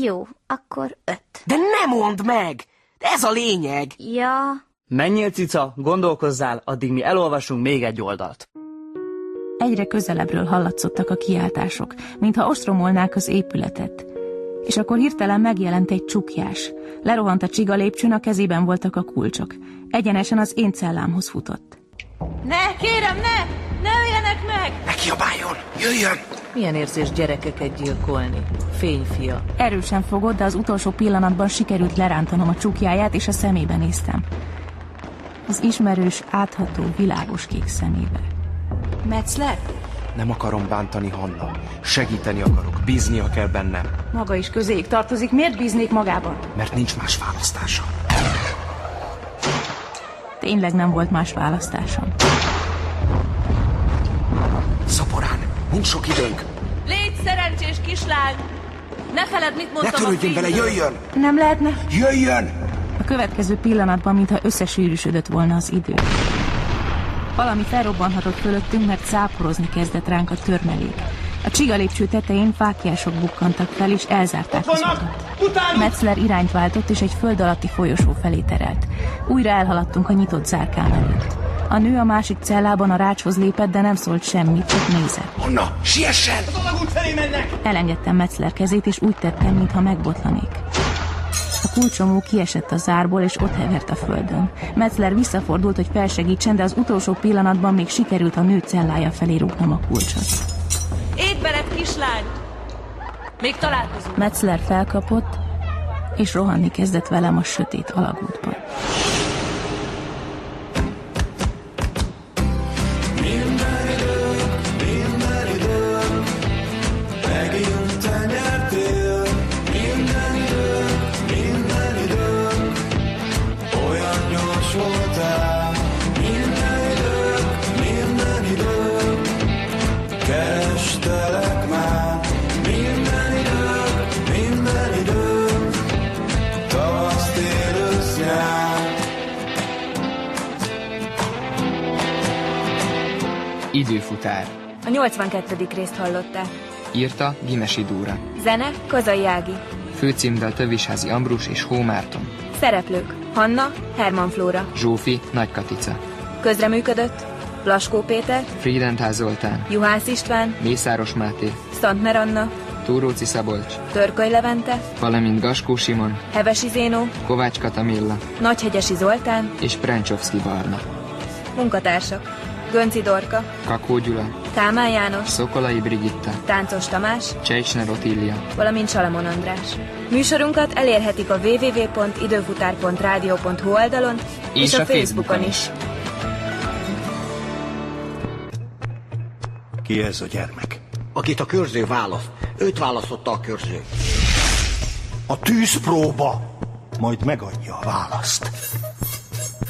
Speaker 1: Jó, akkor öt.
Speaker 12: De ne mondd meg! Ez a lényeg!
Speaker 1: Ja,
Speaker 12: Menjél, cica, gondolkozzál, addig mi elolvasunk még egy oldalt.
Speaker 15: Egyre közelebbről hallatszottak a kiáltások, mintha ostromolnák az épületet. És akkor hirtelen megjelent egy csukjás. Lerohant a csiga lépcsőn, a kezében voltak a kulcsok. Egyenesen az én cellámhoz futott.
Speaker 17: Ne, kérem, ne! Ne öljenek meg!
Speaker 23: Ne kiabáljon! Jöjjön! Milyen érzés gyerekeket gyilkolni? Fényfia.
Speaker 15: Erősen fogott, de az utolsó pillanatban sikerült lerántanom a csukjáját, és a szemébe néztem. Az ismerős, átható, világos kék szemébe. Metzler?
Speaker 24: Nem akarom bántani Hanna. Segíteni akarok, bíznia kell bennem,
Speaker 15: Maga is közéig tartozik, miért bíznék magában?
Speaker 24: mert nincs más választása.
Speaker 15: Tényleg nem volt más választásom.
Speaker 24: Szaporán, nincs sok időnk.
Speaker 23: Légy szerencsés, kislány! Ne feled, mit
Speaker 24: Ne
Speaker 23: mondtam
Speaker 24: törődjön
Speaker 23: a
Speaker 24: vele, jöjjön!
Speaker 15: Nem lehetne?
Speaker 24: Jöjjön!
Speaker 15: A következő pillanatban, mintha összesűrűsödött volna az idő. Valami felrobbanhatott fölöttünk, mert száporozni kezdett ránk a törmelék. A csiga lépcső tetején fákjások bukkantak fel, és elzárták az utat. Metzler irányt váltott, és egy föld alatti folyosó felé terelt. Újra elhaladtunk a nyitott zárkán előtt. A nő a másik cellában a rácshoz lépett, de nem szólt semmit, csak nézett.
Speaker 24: Anna, siessen!
Speaker 15: Az Elengedtem Metzler kezét, és úgy tettem, mintha megbotlanék. A kulcsomó kiesett a zárból, és ott hevert a földön. Metzler visszafordult, hogy felsegítsen, de az utolsó pillanatban még sikerült a nő cellája felé rúgnom a kulcsot.
Speaker 23: Étbered, kislány! Még találkozunk.
Speaker 15: Metzler felkapott, és rohanni kezdett velem a sötét alagútban.
Speaker 19: Minden időm, megint te nyertél. Minden időm, minden időm, olyan gyors voltál. Minden időm, minden időm, kerestelek már. Minden időm, minden időm, tavasz, tél, ősz, nyár.
Speaker 20: Időfutár.
Speaker 21: A 82. részt hallották.
Speaker 20: Írta Gimesi Dúra.
Speaker 21: Zene Kazai Ági.
Speaker 20: Főcímdal Tövisházi Ambrus és Hó Márton.
Speaker 21: Szereplők Hanna Herman Flóra.
Speaker 20: Zsófi Nagy Katica.
Speaker 21: Közreműködött Blaskó Péter,
Speaker 20: Friedentál Zoltán.
Speaker 21: Juhász István,
Speaker 20: Mészáros Máté.
Speaker 21: Szantner Anna,
Speaker 20: Túróci Szabolcs.
Speaker 21: Törköly Levente,
Speaker 20: Valamint Gaskó Simon.
Speaker 21: Hevesi Zénó,
Speaker 20: Kovács Katamilla.
Speaker 21: Nagyhegyesi Zoltán,
Speaker 20: És Prencsovszki Barna.
Speaker 21: munkatársak Gönci Dorka,
Speaker 20: Kakó Gyula.
Speaker 21: Kálmán János,
Speaker 20: Szokolai Brigitta.
Speaker 21: Táncos Tamás,
Speaker 20: Csejcsner Otília.
Speaker 21: valamint Salamon András. Műsorunkat elérhetik a www.időfutár.rádió.hu oldalon és,
Speaker 20: És
Speaker 21: a,
Speaker 20: a
Speaker 21: Facebookon
Speaker 20: Facebookon
Speaker 21: is.
Speaker 18: Ki ez a gyermek?
Speaker 14: Akit a körző választ. Őt választotta a körző.
Speaker 18: A tűzpróba! Majd megadja a választ.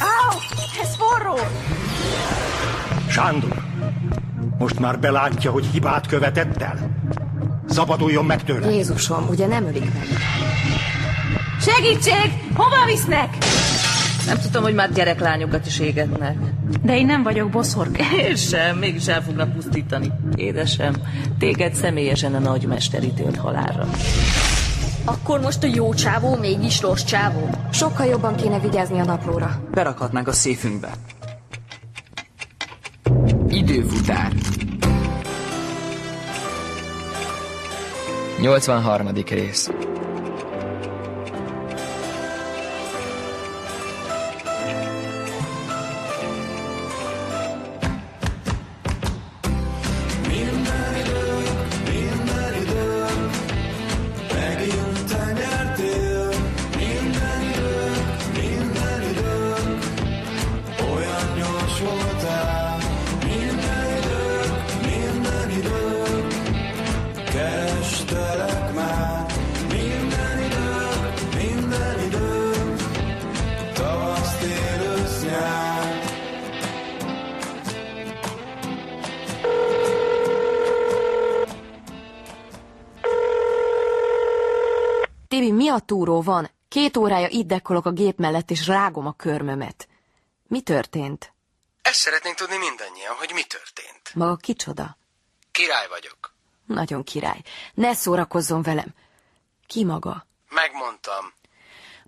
Speaker 15: Au! Ez forró!
Speaker 18: Sándor, most már belátja, hogy hibát követett el? Szabaduljon meg tőle!
Speaker 7: Jézusom, ugye nem ölik meg?
Speaker 15: Segítség! Hova visznek?
Speaker 23: Nem tudtam, hogy már gyereklányokat is égetnek.
Speaker 15: De én nem vagyok boszorka.
Speaker 23: Én sem, mégis el fognak pusztítani. Édesem, téged személyesen a nagymester ítélt halálra.
Speaker 11: Akkor most a jó csávó mégis rossz csávó.
Speaker 7: Sokkal jobban kéne vigyázni a naplóra.
Speaker 2: Berakhatnánk a széfünkbe. Időfutár.
Speaker 6: 83. rész.
Speaker 19: Megint te nyertél, minden idők, minden idők, olyan gyors voltál. Minden idők, minden idők, kerestelek már. Minden idők, minden idők, tavasz, tél, ősz, nyár.
Speaker 7: Tibi, mi a túró van? Két órája itt dekkolok a gép mellett, és rágom a körmömet. Mi történt?
Speaker 25: Ezt szeretnénk tudni mindannyian, hogy mi történt.
Speaker 7: Maga kicsoda?
Speaker 25: Király vagyok.
Speaker 7: Nagyon király. Ne szórakozzon velem. Ki maga?
Speaker 25: Megmondtam.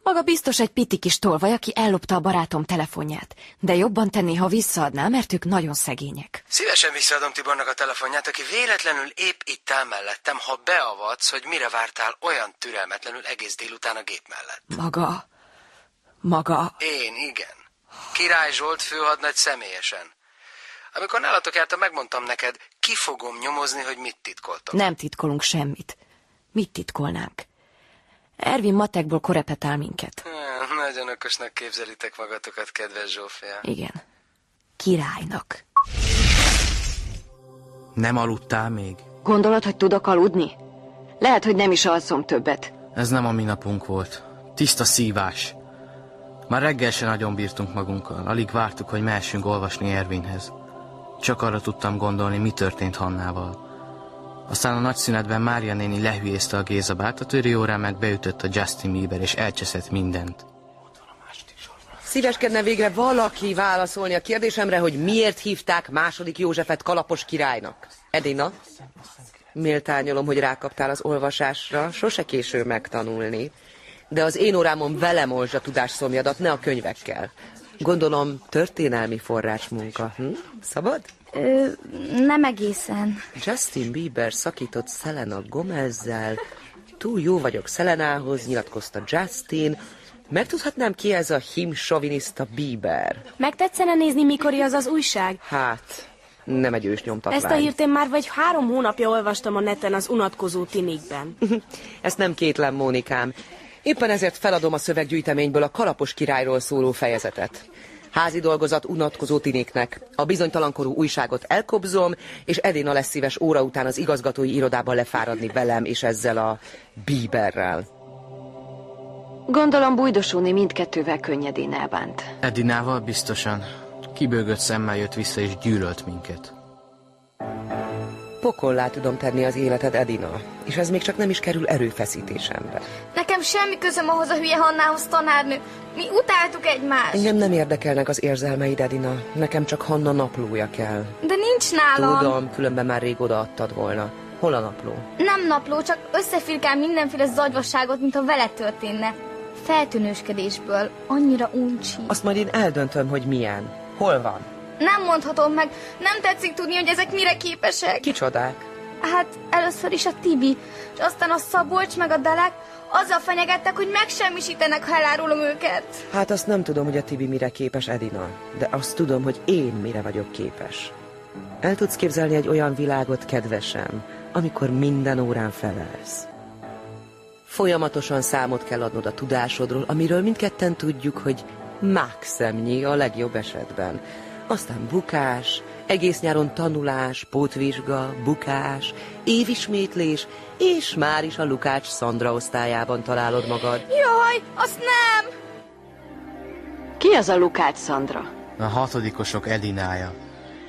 Speaker 7: Maga biztos egy piti kis tolvaj, aki ellopta a barátom telefonját. De jobban tenné, ha visszaadná, mert ők nagyon szegények.
Speaker 25: Szívesen visszaadom Tibornak a telefonját, aki véletlenül épp itt áll mellettem, ha beavatsz, hogy mire vártál olyan türelmetlenül egész délután a gép mellett.
Speaker 7: Maga... Maga...
Speaker 25: Én, igen. Király Zsolt főhadnagy személyesen. Amikor nálatok jártam, megmondtam neked, ki fogom nyomozni, hogy mit titkoltok.
Speaker 7: Nem titkolunk semmit. Mit titkolnánk? Ervin matekból korepetál minket.
Speaker 25: Há, Hm, Nagyon okosnak képzelitek magatokat, kedves Zsófia.
Speaker 7: Igen. Királynak.
Speaker 4: Nem aludtál még?
Speaker 26: Gondolod, hogy tudok aludni? Lehet, hogy nem is alszom többet.
Speaker 4: Ez nem a mi napunk volt. Tiszta szívás. Már reggel se nagyon bírtunk magunkkal. Alig vártuk, hogy mehessünk olvasni Ervinhez. Csak arra tudtam gondolni, mi történt Hannával. Aztán a nagyszünetben Mária néni lehülyézte a Gézabát, a töri órán meg beütött a Justin Bieber, és elcseszett mindent.
Speaker 10: Szíveskedne végre valaki válaszolni a kérdésemre, hogy miért hívták második Józsefet kalapos királynak? Edina? Méltányolom, hogy rákaptál az olvasásra, sose késő megtanulni. De az én órámon velem olzsa tudás szomjadat, ne a könyvekkel. Gondolom, történelmi forrás munka. Hm? Szabad?
Speaker 1: Ö, nem egészen.
Speaker 10: Justin Bieber szakított Selena Gomezzel. Túl jó vagyok Selenához, nyilatkozta Justin. Megtudhatnám ki ez a himsoviniszta Bieber?
Speaker 12: Megtetszene nézni, mikor az az újság?
Speaker 10: Hát, nem egy ős nyomtatvány.
Speaker 12: Ezt a hírt én már vagy három hónapja olvastam a neten az unatkozó tinikben.
Speaker 10: Ezt nem kétlem, Mónikám. Éppen ezért feladom a szöveggyűjteményből a Kalapos királyról szóló fejezetet. Házi dolgozat unatkozó tinéknek. A bizonytalankorú újságot elkobzom, és Edina lesz szíves óra után az igazgatói irodában lefáradni velem és ezzel a Bieberrel.
Speaker 26: Gondolom bújdosóni mindkettővel könnyedén elbánt.
Speaker 4: Edinával biztosan. Kibőgött szemmel jött vissza, és gyűlölt minket.
Speaker 10: Pokollá tudom tenni az életed, Edina, és ez még csak nem is kerül erőfeszítésembe.
Speaker 1: Nekem semmi közöm ahhoz a hülye Hannához tanárnő. Mi utáltuk egymást.
Speaker 10: Engem nem érdekelnek az érzelmeid, Edina. Nekem csak Hanna naplója kell.
Speaker 1: De nincs nálam.
Speaker 10: Tudom, különben már rég odaadtad volna. Hol a napló?
Speaker 1: Nem napló, csak összefirkál mindenféle zagyvasságot, mintha vele történne. Feltűnősködésből. Annyira uncsi.
Speaker 10: Azt majd én eldöntöm, hogy milyen. Hol van?
Speaker 1: Nem mondhatom meg. Nem tetszik tudni, hogy ezek mire képesek.
Speaker 10: Kicsodák?
Speaker 1: Hát először is a Tibi, és aztán a Szabolcs meg a Dalák azzal fenyegettek, hogy megsemmisítenek, ha elárulom őket.
Speaker 10: Hát azt nem tudom, hogy a Tibi mire képes, Edina, de azt tudom, hogy én mire vagyok képes. El tudsz képzelni egy olyan világot, kedvesem, amikor minden órán felelsz. Folyamatosan számot kell adnod a tudásodról, amiről mindketten tudjuk, hogy mákszemnyi a legjobb esetben. Aztán bukás, egész nyáron tanulás, pótvizsga, bukás, évismétlés, és már is a Lukács Szandra osztályában találod magad.
Speaker 1: Jaj, azt nem!
Speaker 7: Ki az a Lukács Szandra?
Speaker 4: A hatodikosok Edinája.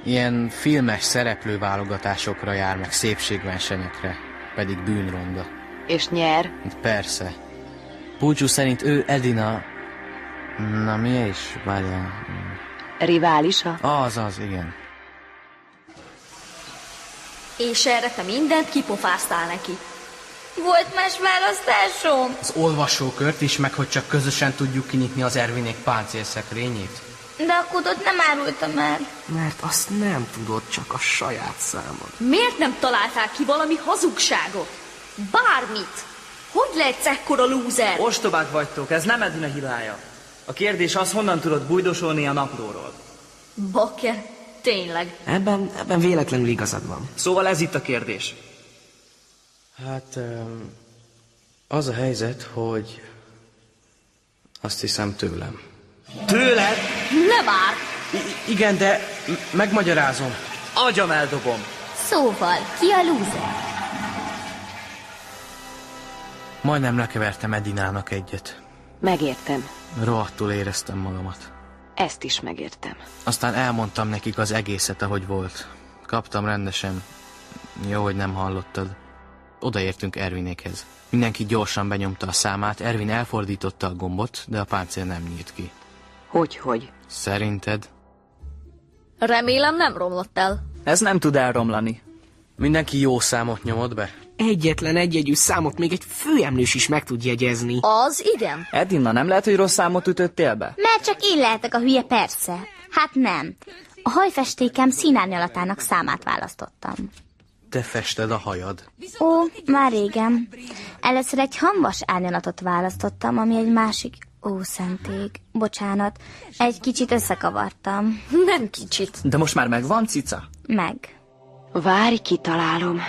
Speaker 4: Ilyen filmes szereplőválogatásokra jár meg szépségversenyekre, pedig bűnronda.
Speaker 7: És nyer.
Speaker 4: Persze. Pulcsú szerint ő Edina... Na mi is? Várjál.
Speaker 7: Riválisa?
Speaker 4: Az, az, igen.
Speaker 11: És erre te mindent kipofáztál neki.
Speaker 1: Volt más választásom?
Speaker 4: Az olvasókört is, meg hogy csak közösen tudjuk kinyitni az Ervinék páncélszekrényét.
Speaker 1: De a kudot nem árultam el.
Speaker 12: Mert azt nem tudod, csak a saját számod.
Speaker 11: Miért nem találtál ki valami hazugságot? Bármit! Hogy lehetsz ekkora lúzer?
Speaker 2: Ostobák vagytok, ez nem Edina hibája. A kérdés az, honnan tudod bújdosolni a naplóról.
Speaker 11: Bakker, tényleg.
Speaker 12: Ebben, ebben véletlenül igazad van.
Speaker 2: Szóval ez itt a kérdés.
Speaker 4: Hát az a helyzet, hogy azt hiszem tőlem.
Speaker 2: Tőled?
Speaker 11: Ne vár!
Speaker 4: I- igen, de m- megmagyarázom.
Speaker 2: Agyam eldobom.
Speaker 1: Szóval, ki a lúzer?
Speaker 4: Majdnem lekevertem Edinának egyet.
Speaker 7: Megértem.
Speaker 4: Rohadtul éreztem magamat.
Speaker 7: Ezt is megértem.
Speaker 4: Aztán elmondtam nekik az egészet, ahogy volt. Kaptam rendesen. Jó, hogy nem hallottad. Odaértünk Ervinékhez. Mindenki gyorsan benyomta a számát, Ervin elfordította a gombot, de a páncél nem nyílt ki.
Speaker 7: Hogy, hogy?
Speaker 4: Szerinted?
Speaker 11: Remélem nem romlott el.
Speaker 2: Ez nem tud elromlani.
Speaker 4: Mindenki jó számot nyomott be?
Speaker 12: Egyetlen egyegyű számot még egy főemlős is meg tud jegyezni.
Speaker 11: Az igen.
Speaker 2: Edina, nem lehet, hogy rossz számot ütöttél be?
Speaker 1: Mert csak én lehetek a hülye, persze. Hát nem. A hajfestékem színárnyalatának számát választottam.
Speaker 4: Te fested a hajad.
Speaker 1: Ó, már régen. Először egy hamvas árnyalatot választottam, ami egy másik... Ó, szenték. Bocsánat. Egy kicsit összekavartam.
Speaker 11: Nem kicsit.
Speaker 2: De most már megvan, cica?
Speaker 1: Meg.
Speaker 7: Várj, kitalálom.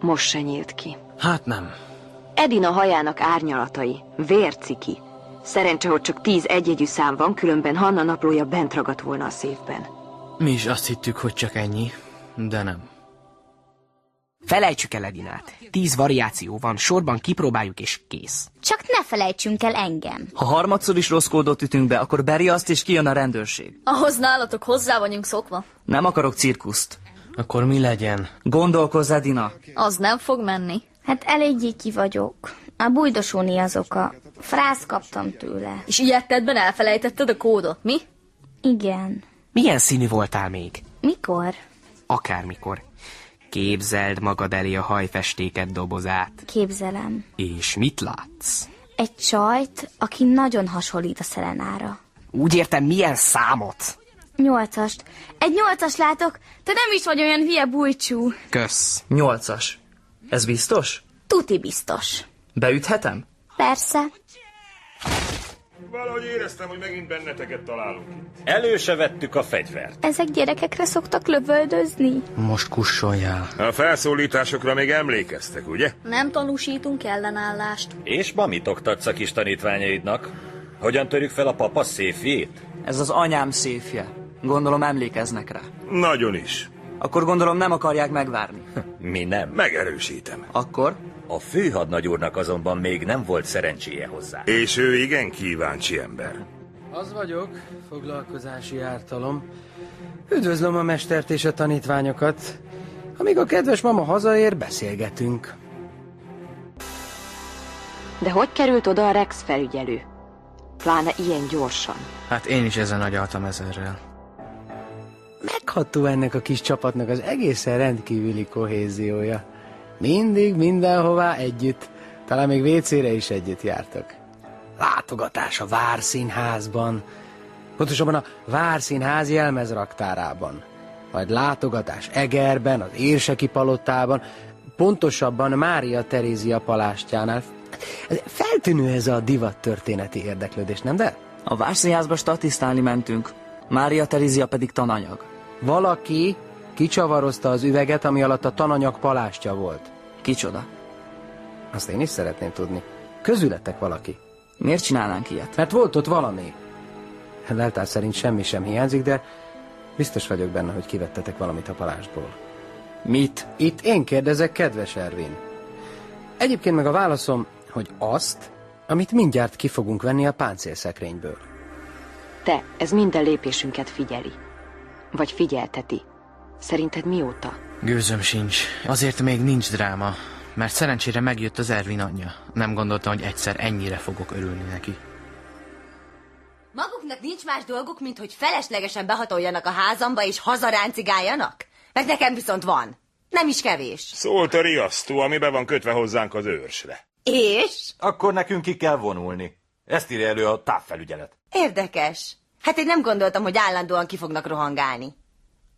Speaker 7: Most se nyílt ki.
Speaker 4: Hát nem.
Speaker 7: Edina hajának árnyalatai, vérciki. Szerencse, hogy csak tíz egyegyű szám van, különben Hanna naplója bent ragadt volna a széfben.
Speaker 4: Mi is azt hittük, hogy csak ennyi, de nem.
Speaker 12: Felejtsük el Edinát. Tíz variáció van, sorban kipróbáljuk és kész.
Speaker 1: Csak ne felejtsünk el engem.
Speaker 2: Ha harmadszor is rossz kódot ütünk be, akkor beri azt és kijön a rendőrség.
Speaker 11: Ahhoz nálatok hozzá vagyunk szokva.
Speaker 2: Nem akarok cirkuszt.
Speaker 4: Akkor mi legyen?
Speaker 2: Gondolkozz, Edina.
Speaker 11: Az nem fog menni.
Speaker 1: Hát eléggé ki vagyok. A bújdosóni az oka. Frász kaptam tőle.
Speaker 11: És ilyettedben elfelejtetted a kódot, mi?
Speaker 1: Igen.
Speaker 12: Milyen színű voltál még?
Speaker 1: Mikor?
Speaker 12: Akármikor. Képzeld magad elé a hajfestéket dobozát.
Speaker 1: Képzelem.
Speaker 12: És mit látsz?
Speaker 1: Egy csajt, aki nagyon hasonlít a Szelenára.
Speaker 12: Úgy értem, milyen számot?
Speaker 1: Nyolcast. Egy nyolcas látok. Te nem is vagy olyan hülye bújcsú.
Speaker 12: Kösz.
Speaker 2: Nyolcas. Ez biztos?
Speaker 1: Tuti biztos.
Speaker 2: Beüthetem?
Speaker 1: Persze.
Speaker 8: Valahogy éreztem, hogy megint benneteket találunk itt.
Speaker 3: Elő se vettük a fegyvert.
Speaker 1: Ezek gyerekekre szoktak lövöldözni?
Speaker 4: Most kussoljál.
Speaker 8: A felszólításokra még emlékeztek, ugye?
Speaker 11: Nem tanúsítunk ellenállást.
Speaker 3: És ma mit oktatsz a kis tanítványaidnak? Hogyan törjük fel a papa széfjét?
Speaker 2: Ez az anyám széfje. Gondolom emlékeznek rá.
Speaker 8: Nagyon is.
Speaker 2: Akkor gondolom nem akarják megvárni.
Speaker 3: Mi nem?
Speaker 8: Megerősítem.
Speaker 2: Akkor?
Speaker 3: A főhadnagy úrnak azonban még nem volt szerencséje hozzá.
Speaker 8: És ő igen kíváncsi ember.
Speaker 25: Az vagyok, foglalkozási ártalom. Üdvözlöm a mestert és a tanítványokat. Amíg a kedves mama hazaér, beszélgetünk.
Speaker 7: De hogy került oda a Rex felügyelő? Pláne ilyen gyorsan.
Speaker 4: Hát én is ezen agyaltam ezerrel.
Speaker 25: Megható ennek a kis csapatnak az egészen rendkívüli kohéziója. Mindig, mindenhová együtt. Talán még WC-re is együtt jártak. Látogatás a Várszínházban. Pontosabban a Várszínház jelmezraktárában. Majd látogatás Egerben, az Érseki palotában, pontosabban Mária Terézia palástjánál. Ez Feltűnő ez a divat történeti érdeklődés, nem de?
Speaker 2: A Várszínházba statisztálni mentünk. Mária Terézia pedig tananyag.
Speaker 25: Valaki kicsavarozta az üveget, ami alatt a tananyag palástja volt.
Speaker 2: Kicsoda?
Speaker 25: Azt én is szeretném tudni. Közületek valaki.
Speaker 2: Miért csinálnánk ilyet?
Speaker 25: Mert volt ott valami. Leltár szerint semmi sem hiányzik, de biztos vagyok benne, hogy kivettetek valamit a palástból.
Speaker 2: Mit?
Speaker 25: Itt én kérdezek, kedves Ervin. Egyébként meg a válaszom, hogy azt, amit mindjárt ki fogunk venni a páncélszekrényből.
Speaker 7: Te, ez minden lépésünket figyeli. Vagy figyelteti. Szerinted mióta?
Speaker 4: Gőzöm sincs. Azért még nincs dráma, mert szerencsére megjött az Ervin anyja. Nem gondoltam, hogy egyszer ennyire fogok örülni neki.
Speaker 24: Maguknak nincs más dolguk, mint hogy feleslegesen behatoljanak a házamba és hazaráncigáljanak? Mert nekem viszont van. Nem is kevés.
Speaker 16: Szólt a riasztó, ami be van kötve hozzánk az őrsre.
Speaker 24: És?
Speaker 17: Akkor nekünk ki kell vonulni. Ezt írja elő a távfelügyelet.
Speaker 24: Érdekes. Hát én nem gondoltam, hogy állandóan ki fognak rohangálni.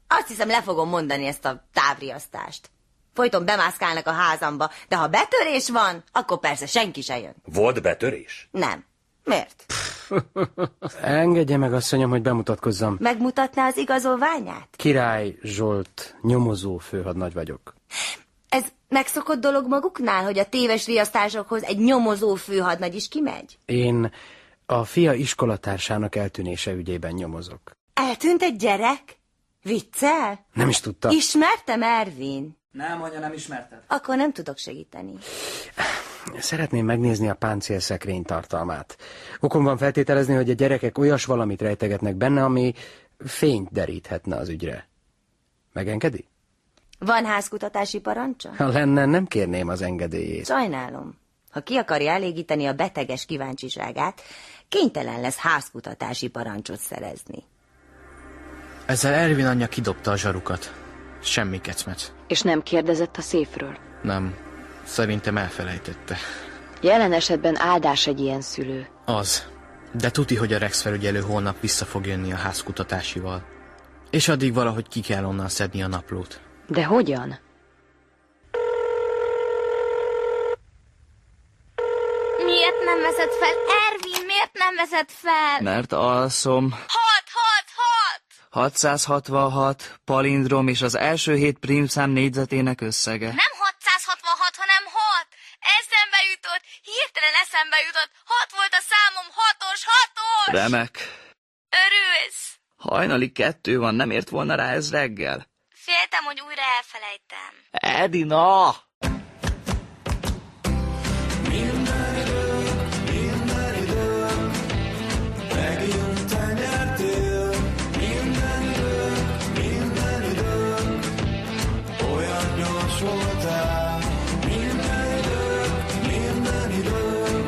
Speaker 24: Azt hiszem, le fogom mondani ezt a távriasztást. Folyton bemászkálnak a házamba, de ha betörés van, akkor persze senki se jön.
Speaker 3: Volt betörés?
Speaker 24: Nem. Miért?
Speaker 25: Engedje meg, asszonyom, hogy bemutatkozzam.
Speaker 24: Megmutatná az igazolványát?
Speaker 25: Király Zsolt, nyomozó főhadnagy vagyok.
Speaker 24: Ez megszokott dolog maguknál, hogy a téves riasztásokhoz egy nyomozó főhadnagy is kimegy?
Speaker 25: Én a fia iskolatársának eltűnése ügyében nyomozok.
Speaker 24: Eltűnt egy gyerek? Viccel?
Speaker 25: Nem is tudta.
Speaker 24: Ismertem Ervin.
Speaker 2: Nem, anya, nem ismerted.
Speaker 24: Akkor nem tudok segíteni.
Speaker 25: Szeretném megnézni a páncélszekrény tartalmát. Okom van feltételezni, hogy a gyerekek olyas valamit rejtegetnek benne, ami fényt deríthetne az ügyre. Megengedi?
Speaker 24: Van házkutatási parancsa?
Speaker 25: Ha lenne, nem kérném az engedélyét.
Speaker 24: Sajnálom. Ha ki akarja elégíteni a beteges kíváncsiságát, kénytelen lesz házkutatási parancsot szerezni.
Speaker 4: Ezzel Ervin anyja kidobta a zsarukat. Semmi kecmet.
Speaker 7: És nem kérdezett a széfről.
Speaker 4: Nem. Szerintem elfelejtette.
Speaker 7: Jelen esetben áldás egy ilyen szülő.
Speaker 4: Az. De tuti, hogy a Rex felügyelő holnap vissza fog jönni a házkutatásival. És addig valahogy ki kell onnan szedni a naplót.
Speaker 7: De hogyan?
Speaker 1: Miért nem veszed fel? Ervin, miért nem veszed fel?
Speaker 2: Mert alszom.
Speaker 1: Hat, hat, hat!
Speaker 2: 666, palindrom és az első hét prímszám négyzetének összege.
Speaker 1: Nem 666, hanem 6! Eszembe jutott, hirtelen eszembe jutott, 6 volt a számom, 6-os, 6-os!
Speaker 2: Remek.
Speaker 1: Örülsz!
Speaker 2: Hajnali kettő van, nem ért volna rá ez reggel.
Speaker 1: Féltem, hogy újra elfelejtem.
Speaker 2: Edina!
Speaker 19: Minden idők, megint te nyertél. Minden idők, minden idők, olyan gyors voltál. Minden idők, minden idők,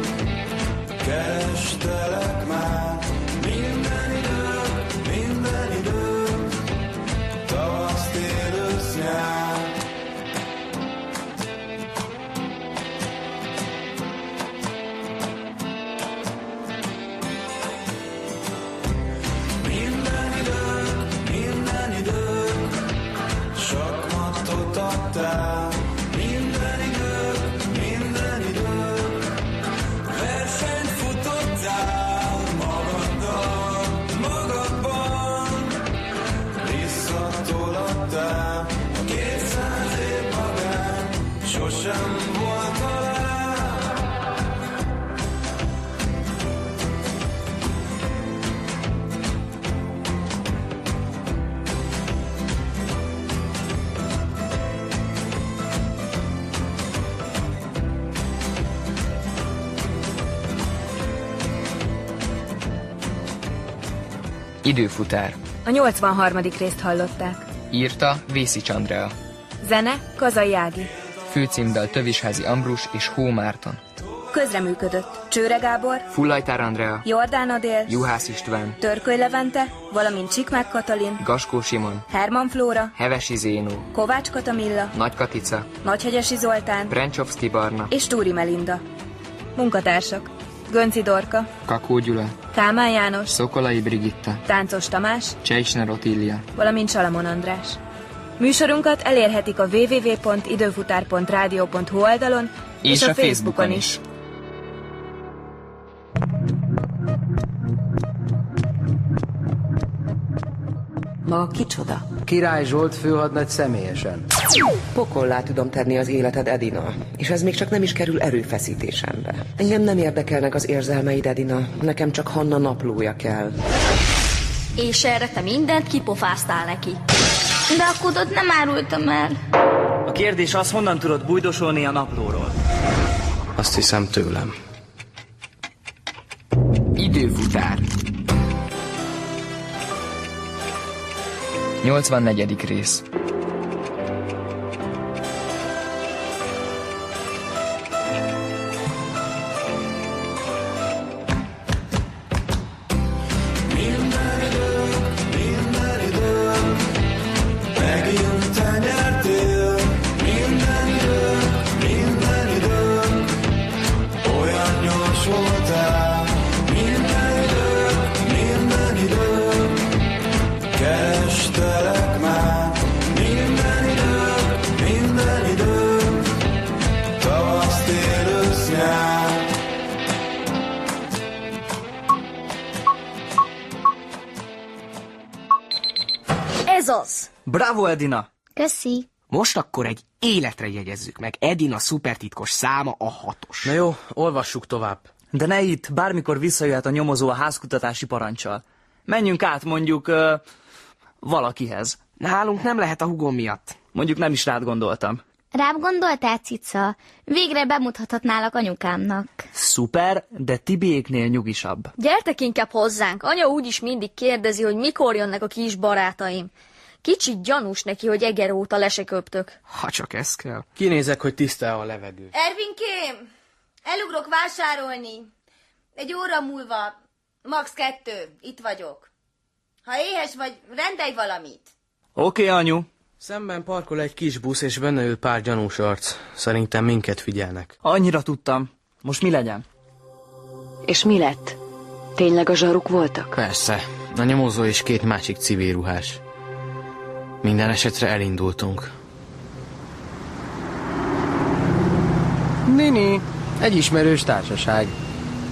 Speaker 19: kerestelek már. Minden idők, minden idők, tavasz, tél, ősz, nyár. Minden idők, minden idők, sok matot adtál. Minden idők, minden idők, versenyt futottál magaddal, magadban. Visszatoladtál a 200 év magán, sosem volt alá.
Speaker 20: Időfutár.
Speaker 21: A 83. részt hallották.
Speaker 20: Írta Vészics Andrea.
Speaker 21: Zene Kazai Ági.
Speaker 20: Főcímdal Tövisházi Ambrus és Hó Márton.
Speaker 21: Közreműködött Csőre Gábor,
Speaker 20: Fullajtár Andrea.
Speaker 21: Jordán Adél,
Speaker 20: Juhász István.
Speaker 21: Törköly Levente, valamint Csikmák Katalin,
Speaker 20: Gaskó Simon.
Speaker 21: Herman Flóra,
Speaker 20: Hevesi Zénó.
Speaker 21: Kovács Katamilla,
Speaker 20: Nagy Katica.
Speaker 21: Nagyhegyesi Zoltán
Speaker 20: Prencsovszki Barna.
Speaker 21: és Túri Melinda. Munkatársak Gönci Dorka,
Speaker 20: Kakó Gyula.
Speaker 21: Kálmán János,
Speaker 20: Szokolai Brigitta.
Speaker 21: Táncos Tamás,
Speaker 20: Cseisner Otília.
Speaker 21: valamint Salamon András. Műsorunkat elérhetik a www.időfutár.rádió.hu oldalon és, a, Facebookon is.
Speaker 10: Maga kicsoda?
Speaker 25: Király Zsolt főhadnagy személyesen.
Speaker 10: Pokollá tudom tenni az életed, Edina, és ez még csak nem is kerül erőfeszítésembe. Engem nem érdekelnek az érzelmeid, Edina, nekem csak Hanna naplója kell.
Speaker 11: És erre te mindent kipofáztál neki.
Speaker 1: De akkor ott nem árultam el.
Speaker 2: A kérdés az, honnan tudod bújdosolni a naplóról?
Speaker 4: Azt hiszem tőlem.
Speaker 20: Időfutár. 84. rész
Speaker 19: Minden idők, minden idők, megint te nyertél. Minden idők, minden idők, olyan gyors voltál. Minden idők, minden idők, kerestelek már. Minden idők, minden idők, tavasz, tél, ősz, nyár.
Speaker 11: Ez az!
Speaker 12: Bravo, Edina!
Speaker 1: Köszi.
Speaker 12: Most akkor egy életre jegyezzük meg. Edina szupertitkos száma a hatos.
Speaker 4: Na jó, olvassuk tovább.
Speaker 2: De ne itt, bármikor visszajöhet a nyomozó a házkutatási parancsal. Menjünk át mondjuk ö, valakihez.
Speaker 12: Nálunk nem lehet a hugom miatt.
Speaker 2: Mondjuk nem is rád gondoltam.
Speaker 1: Rám gondoltál, cica? Végre bemutathatnálak anyukámnak.
Speaker 2: Szuper, de Tibiéknél nyugisabb.
Speaker 11: Gyertek inkább hozzánk, anya úgyis mindig kérdezi, hogy mikor jönnek a kis barátaim. Kicsit gyanús neki, hogy Eger óta leseköptök.
Speaker 12: Ha csak ez kell.
Speaker 4: Kinézek, hogy tiszta a levegő.
Speaker 15: Ervinkém, elugrok vásárolni. Egy óra múlva, max. kettő, itt vagyok. Ha éhes vagy, rendelj valamit.
Speaker 2: Oké, okay, anyu.
Speaker 4: Szemben parkol egy kis busz, és benne ül pár gyanús arc. Szerintem minket figyelnek.
Speaker 2: Annyira tudtam. Most mi legyen?
Speaker 7: És mi lett? Tényleg a zsaruk voltak?
Speaker 4: Persze. A nyomozó és két másik civil ruhás. Minden esetre elindultunk.
Speaker 25: Nini, egy ismerős társaság.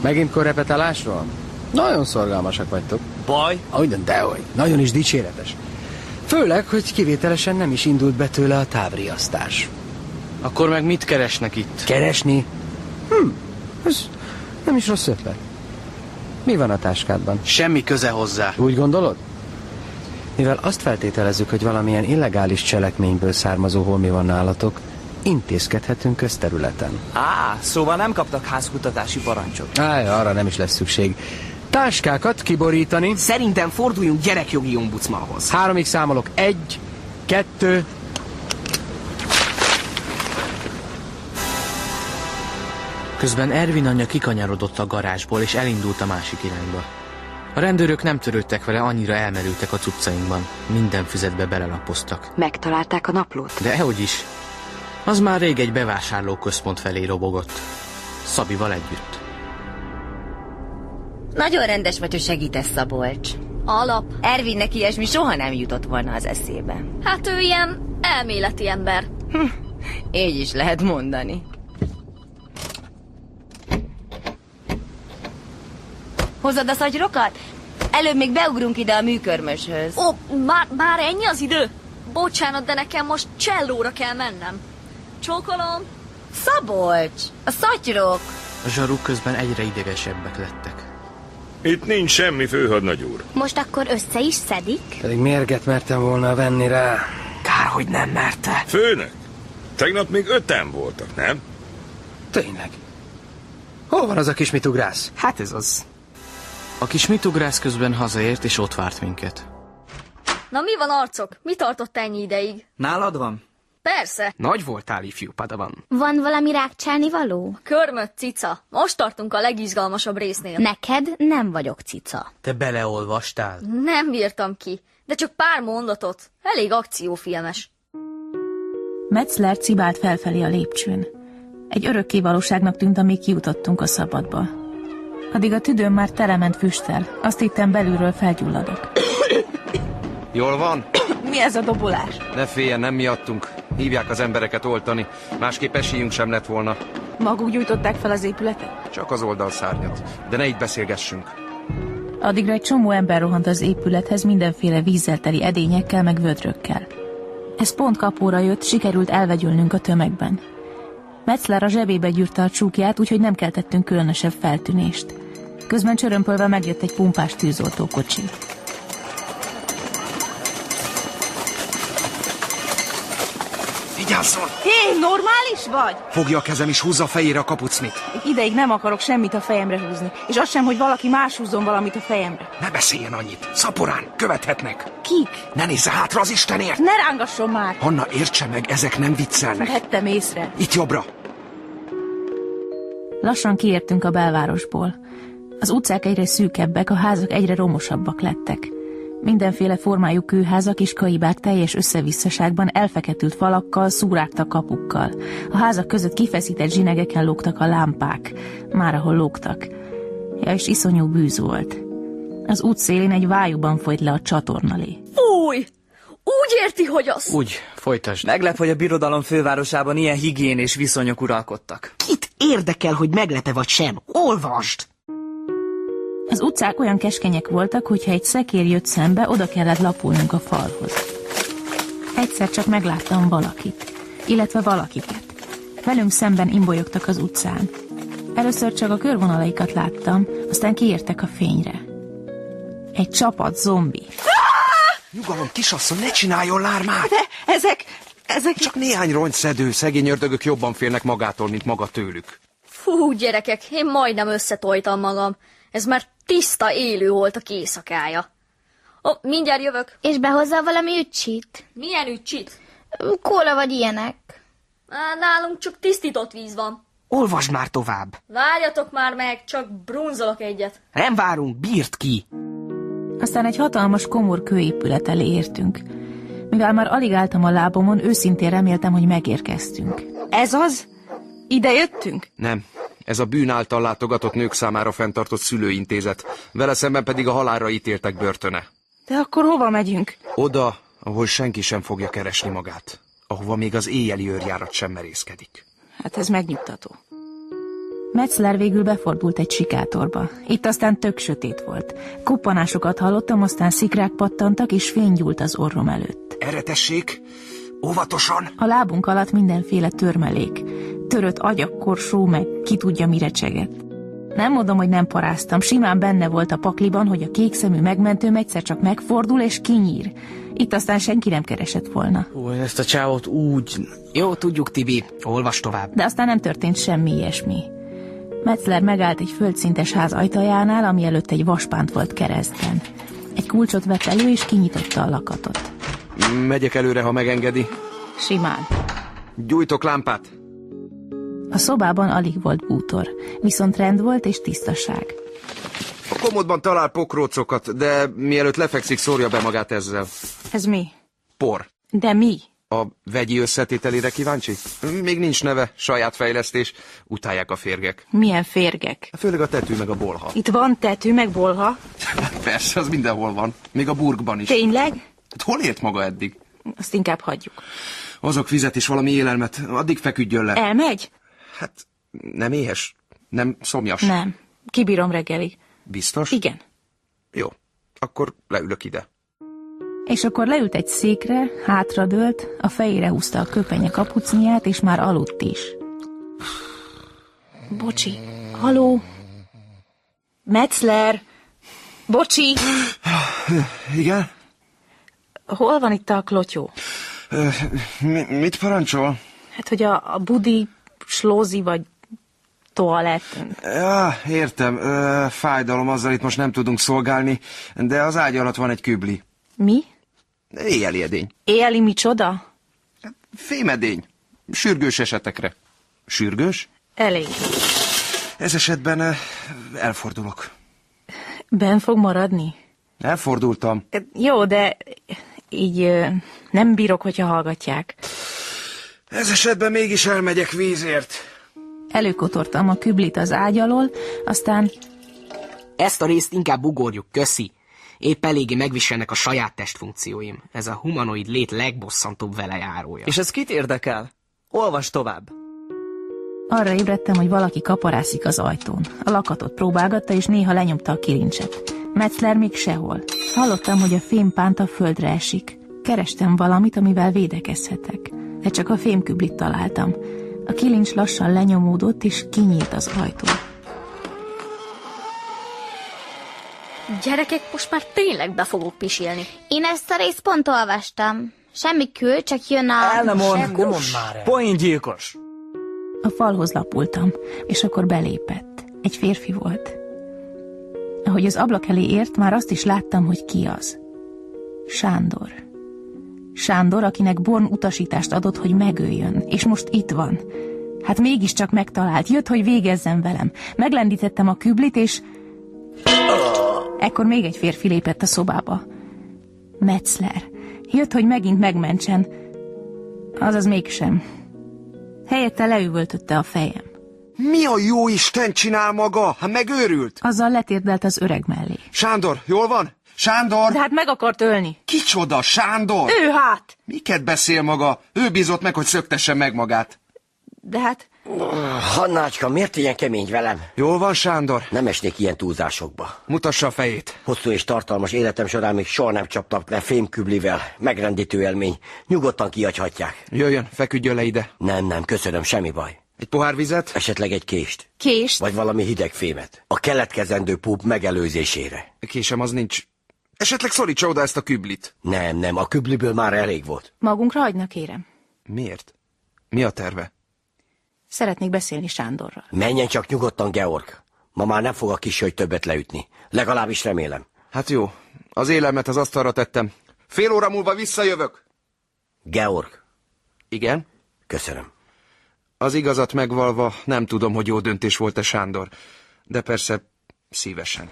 Speaker 25: Megint korrepetálásról? Nagyon szorgalmasak vagytok.
Speaker 2: Baj?
Speaker 25: Ahogyan dehogy. Nagyon is dicséretes. Főleg, hogy kivételesen nem is indult be tőle a távriasztás.
Speaker 4: Akkor meg mit keresnek itt?
Speaker 25: Keresni? Hm, ez nem is rossz ötlet. Mi van a táskádban?
Speaker 4: Semmi köze hozzá.
Speaker 25: Úgy gondolod? Mivel azt feltételezzük, hogy valamilyen illegális cselekményből származó holmi van nálatok, intézkedhetünk közterületen.
Speaker 2: Á, szóval nem kaptak házkutatási parancsot.
Speaker 25: Áj, arra nem is lesz szükség. Táskákat kiborítani.
Speaker 12: Szerintem forduljunk gyerekjogi ombudsmanhoz.
Speaker 25: Háromig számolok. Egy, kettő...
Speaker 4: Közben Ervin anyja kikanyarodott a garázsból, és elindult a másik irányba. A rendőrök nem törődtek vele, annyira elmerültek a cuccainkban. Minden füzetbe belelapoztak.
Speaker 7: Megtalálták a naplót?
Speaker 4: De ehogy is. Az már rég egy bevásárlóközpont felé robogott. Szabival együtt.
Speaker 24: Nagyon rendes vagy, hogy segítesz, Szabolcs.
Speaker 11: Alap.
Speaker 24: Ervinnek ilyesmi soha nem jutott volna az eszébe.
Speaker 11: Hát ő ilyen elméleti ember.
Speaker 24: Így is lehet mondani. Hozod a szagyrokat? Előbb még beugrunk ide a műkörmöshöz.
Speaker 11: Ó, már, már ennyi az idő? Bocsánat, de nekem most csellóra kell mennem. Csókolom.
Speaker 24: Szabolcs, a szatyrok.
Speaker 4: A zsaruk közben egyre idegesebbek lettek.
Speaker 16: Itt nincs semmi főhadnagy úr.
Speaker 1: Most akkor össze is szedik?
Speaker 25: Pedig mérget mertem volna venni rá.
Speaker 12: Kár, hogy nem merte.
Speaker 16: Főnök, tegnap még öten voltak, nem?
Speaker 25: Tényleg. Hol van az a kis mitugrász?
Speaker 12: Hát ez az.
Speaker 4: A kis mitugrász közben hazaért, és ott várt minket.
Speaker 11: Na mi van arcok? Mi tartott ennyi ideig?
Speaker 2: Nálad van?
Speaker 11: Persze.
Speaker 12: Nagy voltál, ifjú padavan.
Speaker 1: Van valami rákcsálni való?
Speaker 11: Körmöt, cica. Most tartunk a legizgalmasabb résznél.
Speaker 1: Neked nem vagyok cica.
Speaker 4: Te beleolvastál?
Speaker 11: Nem bírtam ki, de csak pár mondatot. Elég akciófilmes.
Speaker 14: Metzler cibált felfelé a lépcsőn. Egy örökké valóságnak tűnt, amíg kijutottunk a szabadba. Addig a tüdőm már telement füsttel. Azt hittem belülről felgyulladok.
Speaker 20: Jól van?
Speaker 14: Mi ez a dobolás?
Speaker 20: Ne féljen, nem miattunk. Hívják az embereket oltani. Másképp esélyünk sem lett volna.
Speaker 14: Maguk gyújtották fel az épületet?
Speaker 20: Csak az oldalszárnyat. De ne itt beszélgessünk.
Speaker 14: Addigra egy csomó ember rohant az épülethez mindenféle vízzel teli edényekkel meg vödrökkel. Ez pont kapóra jött, sikerült elvegyülnünk a tömegben. Metzler a zsebébe gyűrte a csúkját, úgyhogy nem keltettünk különösebb feltűnést. Közben csörömpölve megjött egy pumpás tűzoltókocsi.
Speaker 20: Vigyasszon!
Speaker 15: Hé, normális vagy?
Speaker 20: Fogja a kezem és húzza a fejére a kapucnit.
Speaker 15: Egy ideig nem akarok semmit a fejemre húzni, és azt sem, hogy valaki más húzzon valamit a fejemre.
Speaker 20: Ne beszéljen annyit. Szaporán, követhetnek.
Speaker 15: Kik?
Speaker 20: Ne nézze hátra az Istenért!
Speaker 15: Ne rángasson már!
Speaker 20: Hanna, értse meg, ezek nem viccelnek.
Speaker 15: Vettem észre.
Speaker 20: Itt jobbra.
Speaker 15: Lassan kiértünk a belvárosból. Az utcák egyre szűkebbek, a házak egyre romosabbak lettek. Mindenféle formájú kőházak és kaibák teljes összevisszaságban elfeketült falakkal, szúrákta kapukkal. A házak között kifeszített zsinegeken lógtak a lámpák, már ahol lógtak. Ja, és iszonyú bűz volt. Az út szélén egy vájúban folyt le a csatornalé.
Speaker 11: Fúj! Úgy érti, hogy az...
Speaker 2: Úgy, folytasd. Meglep, hogy a birodalom fővárosában ilyen higién és viszonyok uralkodtak.
Speaker 12: Kit érdekel, hogy meglepe vagy sem? Olvasd!
Speaker 15: Az utcák olyan keskenyek voltak, hogy ha egy szekér jött szembe, oda kellett lapulnunk a falhoz. Egyszer csak megláttam valakit, illetve valakiket. Velünk szemben imbolyogtak az utcán. Először csak a körvonalaikat láttam, aztán kiértek a fényre. Egy csapat zombi.
Speaker 20: Nyugalom, kisasszony, ne csináljon lármát!
Speaker 15: De ezek, ezek...
Speaker 20: Csak néhány rongyszedő, szegény ördögök jobban félnek magától, mint maga tőlük.
Speaker 11: Fú, gyerekek, én majdnem összetojtam magam. Ez már tiszta élő volt a éjszakája. Ó, mindjárt jövök.
Speaker 1: És behozzá valami ücsit?
Speaker 11: Milyen ücsit?
Speaker 1: Kóla vagy ilyenek.
Speaker 11: Á, Nálunk csak tisztított víz van.
Speaker 12: Olvasd már tovább.
Speaker 11: Várjatok már meg, csak brunzolok egyet.
Speaker 12: Nem várunk, bírt ki.
Speaker 15: Aztán egy hatalmas komor kőépület elé értünk. Mivel már alig álltam a lábomon, őszintén reméltem, hogy megérkeztünk.
Speaker 25: Ez az? Ide jöttünk?
Speaker 20: Nem. Ez a bűn által látogatott nők számára fenntartott szülőintézet, vele szemben pedig a halálra ítéltek börtöne.
Speaker 25: De akkor hova megyünk?
Speaker 20: Oda, ahol senki sem fogja keresni magát, ahova még az éjjeli őrjárat sem merészkedik.
Speaker 25: Hát ez megnyugtató.
Speaker 15: Metzler végül befordult egy sikátorba. Itt aztán tök sötét volt. Koppanásokat hallottam, aztán szikrák pattantak, és fény gyúlt az orrom előtt.
Speaker 20: Erre tessék, óvatosan!
Speaker 15: A lábunk alatt mindenféle törmelék. Törött agyakorsó, meg ki tudja mire csegett. Nem mondom, hogy nem paráztam, simán benne volt a pakliban, hogy a kékszemű megmentőm egyszer csak megfordul és kinyír. Itt aztán senki nem keresett volna.
Speaker 2: Ó, én ezt a csávot úgy...
Speaker 12: Jó, tudjuk, Tibi. Olvas tovább.
Speaker 15: De aztán nem történt semmi ilyesmi. Metzler megállt egy földszintes ház ajtajánál, ami előtt egy vaspánt volt keresztben. Egy kulcsot vett elő, és kinyitotta a lakatot.
Speaker 20: Megyek előre, ha megengedi.
Speaker 15: Simán.
Speaker 20: Gyújtok lámpát.
Speaker 15: A szobában alig volt bútor, viszont rend volt és tisztaság.
Speaker 20: A komodban talál pokrócokat, de mielőtt lefekszik, szórja be magát ezzel.
Speaker 25: Ez mi?
Speaker 20: Por.
Speaker 25: De mi?
Speaker 20: A vegyi összetételére kíváncsi? Még nincs neve, saját fejlesztés. Utálják a férgek.
Speaker 25: Milyen férgek?
Speaker 20: Főleg a tetű meg a bolha. Hát
Speaker 25: Itt van tető, meg bolha.
Speaker 20: Persze, az mindenhol van. Még a burgban is.
Speaker 25: Tényleg?
Speaker 20: Hát hol ért maga eddig?
Speaker 25: Azt inkább hagyjuk.
Speaker 20: Azok fizet is valami élelmet, addig feküdjön le.
Speaker 25: Elmegy?
Speaker 20: Hát nem éhes, nem szomjas.
Speaker 25: Nem. Kibírom reggelig.
Speaker 20: Biztos?
Speaker 25: Igen.
Speaker 20: Jó, akkor leülök ide.
Speaker 15: És akkor leült egy székre, hátradőlt, a fejére húzta a köpenye kapucniát, és már aludt is.
Speaker 25: Bocsi. Haló? Metzler! Bocsi!
Speaker 20: Igen?
Speaker 25: Hol van itt a klotyó?
Speaker 20: Ö, mi, mit parancsol?
Speaker 25: Hát, hogy a, a budi, slózi vagy toalett.
Speaker 20: Ja, értem, Ö, fájdalom, azzal itt most nem tudunk szolgálni, de az ágy alatt van egy kübli.
Speaker 25: Mi?
Speaker 20: Éjjeli edény.
Speaker 25: Éjjeli micsoda?
Speaker 20: Fémedény. Sürgős esetekre. Sürgős?
Speaker 25: Elég.
Speaker 20: Ez esetben ö, elfordulok.
Speaker 25: Ben fog maradni?
Speaker 20: Elfordultam.
Speaker 25: Jó, de így ö, nem bírok, hogyha hallgatják.
Speaker 20: Ez esetben mégis elmegyek vízért.
Speaker 15: Előkotortam a küblit az ágy alól, aztán
Speaker 12: Ezt a részt inkább ugorjuk, köszi. Épp eléggé megviselnek a saját testfunkcióim. Ez a humanoid lét legbosszantóbb velejárója.
Speaker 2: És ez kit érdekel? Olvas tovább.
Speaker 15: arra ébredtem, hogy valaki kaparászik az ajtón. A lakatot próbálgatta, és néha lenyomta a kilincset. Metzler még sehol. Hallottam, hogy a fémpánt a földre esik. Kerestem valamit, amivel védekezhetek. De csak a fémküblit találtam. A kilincs lassan lenyomódott, és kinyílt az ajtó.
Speaker 11: Gyerekek, most már tényleg be fogok pisilni.
Speaker 1: Én ezt a részt pont olvastam. Semmi kő, csak jön a...
Speaker 2: El nem mond,
Speaker 1: Sekus.
Speaker 2: poéngyilkos.
Speaker 15: A falhoz lapultam, és akkor belépett. Egy férfi volt. Ahogy az ablak elé ért, már azt is láttam, hogy ki az. Sándor. Sándor, akinek Born utasítást adott, hogy megöljön, és most itt van. Hát mégiscsak megtalált, jött, hogy végezzen velem. Meglendítettem a küblit, és... Ekkor még egy férfi lépett a szobába. Metzler. Jött, hogy megint megmentsen. Azaz mégsem. Helyette leüvöltötte a fejem.
Speaker 20: Mi a jó Isten csinál maga? Hát megőrült?
Speaker 15: Azzal letérdelt az öreg mellé.
Speaker 20: Sándor, jól van? Sándor!
Speaker 13: De hát meg akart ölni.
Speaker 20: Kicsoda, Sándor!
Speaker 13: Ő hát!
Speaker 20: Miket beszél maga? Ő bízott meg, hogy szöktesse meg magát.
Speaker 13: De hát...
Speaker 14: Hannácska, miért ilyen kemény velem?
Speaker 20: Jól van, Sándor?
Speaker 14: Nem esnék ilyen túlzásokba.
Speaker 20: Mutassa a fejét.
Speaker 14: Hosszú és tartalmas életem során még soha nem csaptak le fémküblivel. Megrendítő élmény. Nyugodtan kihagyhatják.
Speaker 20: Jöjjön, feküdjön le ide.
Speaker 14: Nem, nem, köszönöm, semmi baj.
Speaker 20: Egy pohár vizet?
Speaker 14: Esetleg egy kést.
Speaker 13: Kést?
Speaker 14: Vagy valami hideg fémet. A keletkezendő púp megelőzésére.
Speaker 20: Késem az nincs. Esetleg szorítsa oda ezt a küblit.
Speaker 14: Nem, nem, a kübliből már elég volt.
Speaker 15: Magunkra hagynak, kérem.
Speaker 20: Miért? Mi a terve?
Speaker 15: Szeretnék beszélni Sándorral.
Speaker 14: Menjen csak nyugodtan, Georg. Ma már nem fog a kisöly többet leütni. Legalábbis remélem.
Speaker 20: Hát jó, az élelmet az asztalra tettem. Fél óra múlva visszajövök.
Speaker 14: Georg,
Speaker 20: Igen?
Speaker 14: köszönöm.
Speaker 20: Az igazat megvalva nem tudom, hogy jó döntés volt-e Sándor, de persze szívesen.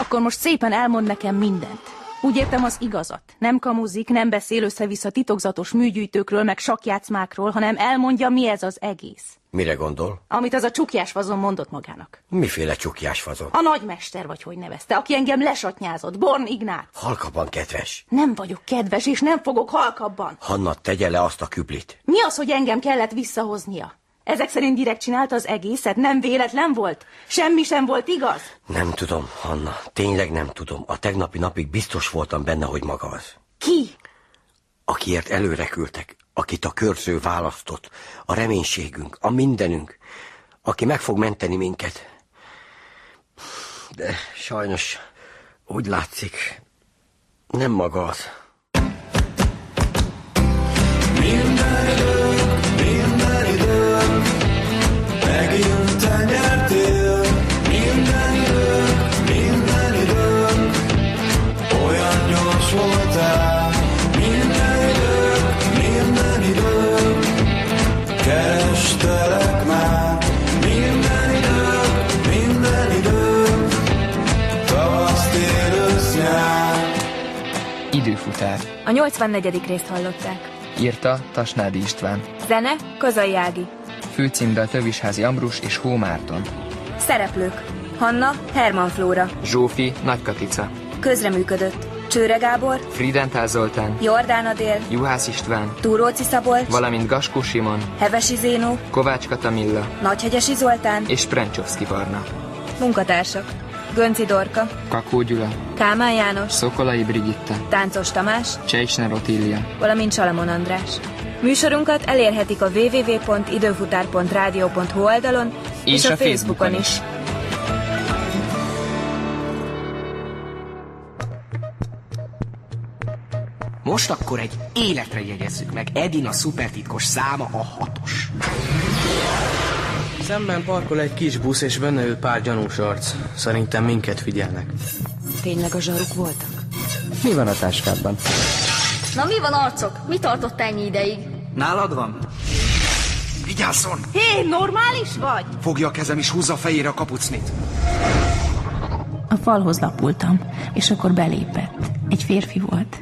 Speaker 15: Akkor most szépen elmond nekem mindent. Úgy értem az igazat. Nem kamuzik, nem beszél össze-vissza titokzatos műgyűjtőkről, meg sakjátszmákról, hanem elmondja, mi ez az egész.
Speaker 14: Mire gondol?
Speaker 15: Amit az a csukjás fazon mondott magának.
Speaker 14: Miféle csukjás fazon?
Speaker 15: A nagymester vagy hogy nevezte, aki engem lesatnyázott, Born Ignát.
Speaker 14: Halkaban, kedves.
Speaker 15: Nem vagyok kedves, és nem fogok halkabban.
Speaker 14: Hanna, tegye le azt a küblit.
Speaker 15: Mi az, hogy engem kellett visszahoznia? Ezek szerint direkt csinálta az egészet, nem véletlen volt? Semmi sem volt igaz?
Speaker 14: Nem tudom, Hanna. Tényleg nem tudom. A tegnapi napig biztos voltam benne, hogy maga az.
Speaker 15: Ki?
Speaker 14: Akiért előre küldtek, akit a körző választott, a reménységünk, a mindenünk, aki meg fog menteni minket. De sajnos úgy látszik, nem maga az.
Speaker 19: Minden idők, megint te nyertél. Minden idők, minden idők, olyan gyors voltál. Minden idők, minden idők, kerestelek már. Minden idők, minden idők, tavasz, tél, ősz, nyár.
Speaker 6: Időfutár.
Speaker 21: A 84. részt hallották.
Speaker 6: Írta Tasnádi István.
Speaker 21: Zene Kazai Ági.
Speaker 6: Főcímdal Tövisházi Ambrus és Hó Márton.
Speaker 21: Szereplők Hanna Herman Flóra.
Speaker 6: Zsófi Nagykatica.
Speaker 21: Közreműködött Csőre Gábor,
Speaker 6: Fridentál Zoltán.
Speaker 21: Jordán Adél,
Speaker 6: Juhász István.
Speaker 21: Túróci Szabolcs,
Speaker 6: Valamint Gaskó Simon.
Speaker 21: Hevesi Zénó,
Speaker 6: Kovács Katamilla.
Speaker 21: Nagyhegyesi Zoltán,
Speaker 6: És Prencsovszki Varna.
Speaker 21: munkatársak Gönci Dorka,
Speaker 6: Kakó Gyula.
Speaker 21: Kálmán János,
Speaker 6: Szokolai Brigitta.
Speaker 21: Táncos Tamás,
Speaker 6: Csejsner Otília.
Speaker 21: valamint Salamon András. Műsorunkat elérhetik a www.időfutár.rádió.hu oldalon és,
Speaker 6: És
Speaker 21: a,
Speaker 6: a Facebookon
Speaker 21: Facebookon
Speaker 6: is.
Speaker 21: is.
Speaker 12: Most akkor egy életre jegyezzük meg. Edina szupertitkos száma a hatos.
Speaker 4: Szemben parkol egy kis busz, és benne ő pár gyanús arc. Szerintem minket figyelnek.
Speaker 27: Tényleg a zsaruk voltak?
Speaker 28: Mi van a táskában?
Speaker 11: Na mi van arcok? Mi tartott ennyi ideig?
Speaker 2: Nálad van?
Speaker 20: Vigyázzon!
Speaker 15: Hé, normális vagy?
Speaker 20: Fogja a kezem és húzza a fejére a kapucnit.
Speaker 15: A falhoz lapultam, és akkor belépett. Egy férfi volt.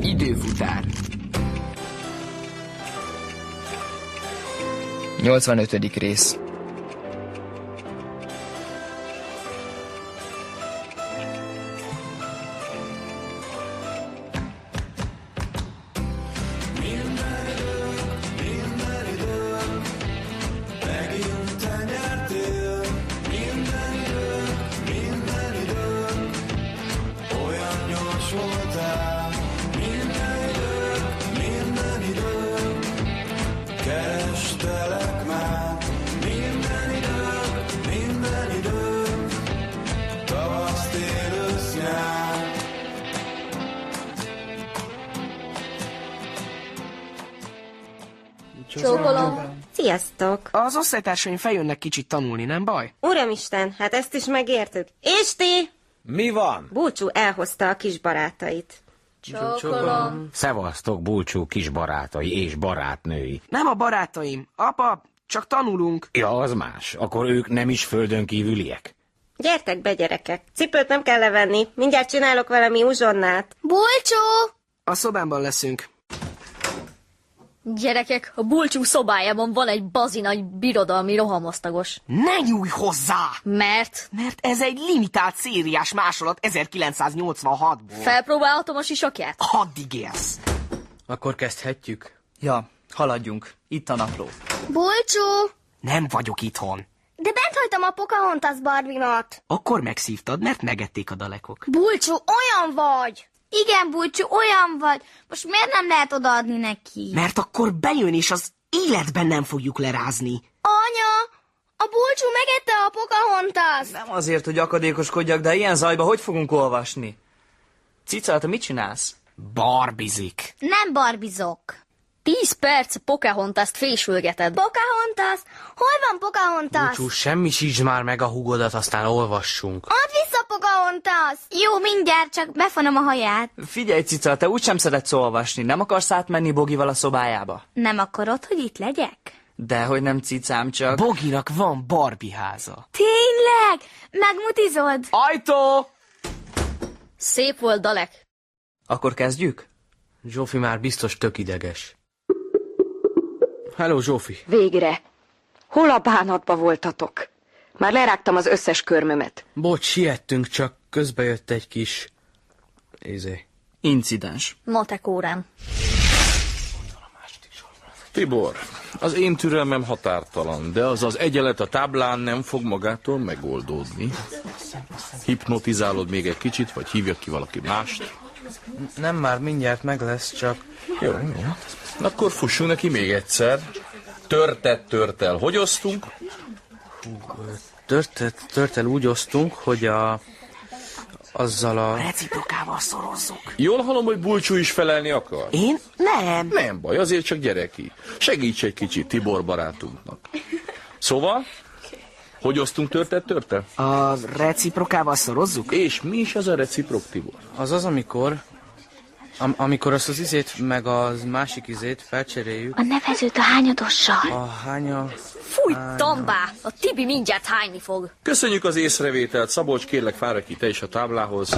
Speaker 6: Időfutár. 85. rész.
Speaker 19: Megint te nyertél. Minden idők, minden idők, olyan gyors voltál. Minden idők, minden idők, kerestelek már. Minden
Speaker 23: Csókolom. Sziasztok.
Speaker 12: Az osztálytársaim feljönnek kicsit tanulni, nem baj?
Speaker 23: Uramisten, hát ezt is megértük. És ti?
Speaker 12: Mi van?
Speaker 23: Búcsú elhozta a kis barátait. Csókolom.
Speaker 17: Szevasztok, búcsú kis barátai és barátnői.
Speaker 12: Nem a barátaim. Apa, csak tanulunk.
Speaker 17: Ja, az más. Akkor ők nem is földön kívüliek?
Speaker 23: Gyertek be, gyerekek. Cipőt nem kell levenni. Mindjárt csinálok valami uzsonnát.
Speaker 1: Bulcsó!
Speaker 12: A szobámban leszünk.
Speaker 11: Gyerekek, a bulcsú szobájában van egy bazi nagy birodalmi rohamosztagos.
Speaker 12: Ne nyúj hozzá!
Speaker 11: Mert?
Speaker 12: Mert ez egy limitált szériás másolat 1986-ból.
Speaker 11: Felpróbálhatom a sisakját?
Speaker 12: Addig élsz!
Speaker 4: Akkor kezdhetjük.
Speaker 2: Ja, haladjunk. Itt a napló.
Speaker 1: Bulcsú!
Speaker 12: Nem vagyok itthon.
Speaker 1: De bent hagytam a Pocahontas barbinat.
Speaker 12: Akkor megszívtad, mert megették a dalekok.
Speaker 1: Bulcsú, olyan vagy! Igen, Bulcsú, olyan vagy. Most miért nem lehet odaadni neki?
Speaker 12: Mert akkor bejön, és az életben nem fogjuk lerázni.
Speaker 1: Anya, a Bulcsú megette a Pocahontas.
Speaker 2: Nem azért, hogy akadékoskodjak, de ilyen zajba hogy fogunk olvasni? Cica, te mit csinálsz?
Speaker 12: Barbizik.
Speaker 1: Nem barbizok.
Speaker 11: Tíz perc Pocahontas-t fésülgeted.
Speaker 1: Pocahontas? Hol van Pocahontas?
Speaker 4: Csú, semmi sincs már meg a hugodat, aztán olvassunk.
Speaker 1: Add vissza Pocahontas! Jó, mindjárt, csak befonom a haját.
Speaker 2: Figyelj, Cica, te úgysem szeretsz olvasni. Nem akarsz átmenni Bogival a szobájába?
Speaker 1: Nem akarod, hogy itt legyek?
Speaker 2: De hogy nem cicám, csak...
Speaker 12: Boginak van Barbie háza.
Speaker 1: Tényleg? Megmutizod?
Speaker 2: Ajtó!
Speaker 11: Szép volt, Dalek.
Speaker 2: Akkor kezdjük?
Speaker 4: Zsófi már biztos tök ideges. Hello, Zsófi.
Speaker 7: Végre! Hol a bánatba voltatok? Már lerágtam az összes körmömet.
Speaker 4: Bocs, siettünk, csak közbe jött egy kis... Izé.
Speaker 2: Incidens.
Speaker 11: Matek órán.
Speaker 8: Tibor, az én türelmem határtalan, de az az egyelet a táblán nem fog magától megoldódni. Hipnotizálod még egy kicsit, vagy hívjak ki valaki mást?
Speaker 4: Nem már mindjárt meg lesz, csak...
Speaker 8: Jó, jó. Akkor fussunk neki még egyszer. Törtet törtel, hogy osztunk?
Speaker 4: Törtet, törtel úgy osztunk, hogy a... Azzal a...
Speaker 12: Reciprokával szorozzuk.
Speaker 8: Jól hallom, hogy Bulcsú is felelni akar?
Speaker 12: Én? Nem.
Speaker 8: Nem baj, azért csak gyereki. Segíts egy kicsit Tibor barátunknak. Szóval, hogy osztunk törtet törtel?
Speaker 12: A reciprokával szorozzuk?
Speaker 8: És mi is az a reciprok, Tibor?
Speaker 4: Az az, amikor... Am- amikor azt az izét, meg az másik izét felcseréljük.
Speaker 1: A nevezőt a hányadossal.
Speaker 4: A hánya...
Speaker 11: Fúj, Tambá! A Tibi mindjárt hányni fog.
Speaker 8: Köszönjük az észrevételt, Szabolcs, kérlek fáradj ki te is a táblához.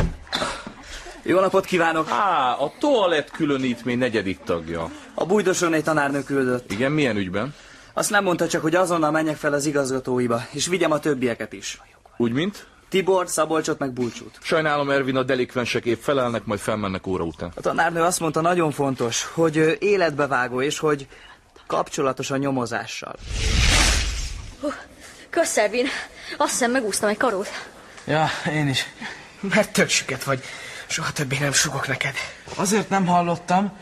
Speaker 2: Jó napot kívánok!
Speaker 8: Á, a toalett különítmény negyedik tagja.
Speaker 2: A bújdosonai tanárnő küldött.
Speaker 8: Igen, milyen ügyben?
Speaker 2: Azt nem mondta csak, hogy azonnal menjek fel az igazgatóiba, és vigyem a többieket is.
Speaker 8: Úgy, mint?
Speaker 2: Tibor, Szabolcsot meg Bulcsút.
Speaker 8: Sajnálom, Ervin, a delikvensek épp felelnek, majd felmennek óra után.
Speaker 2: A tanárnő azt mondta, nagyon fontos, hogy ö, életbevágó, és hogy kapcsolatos a nyomozással.
Speaker 11: Kösz, Ervin. Azt hiszem megúsztam egy karót.
Speaker 4: Ja, én is.
Speaker 12: Mert tök süket vagy. Soha többé nem sugok neked.
Speaker 4: Azért nem hallottam,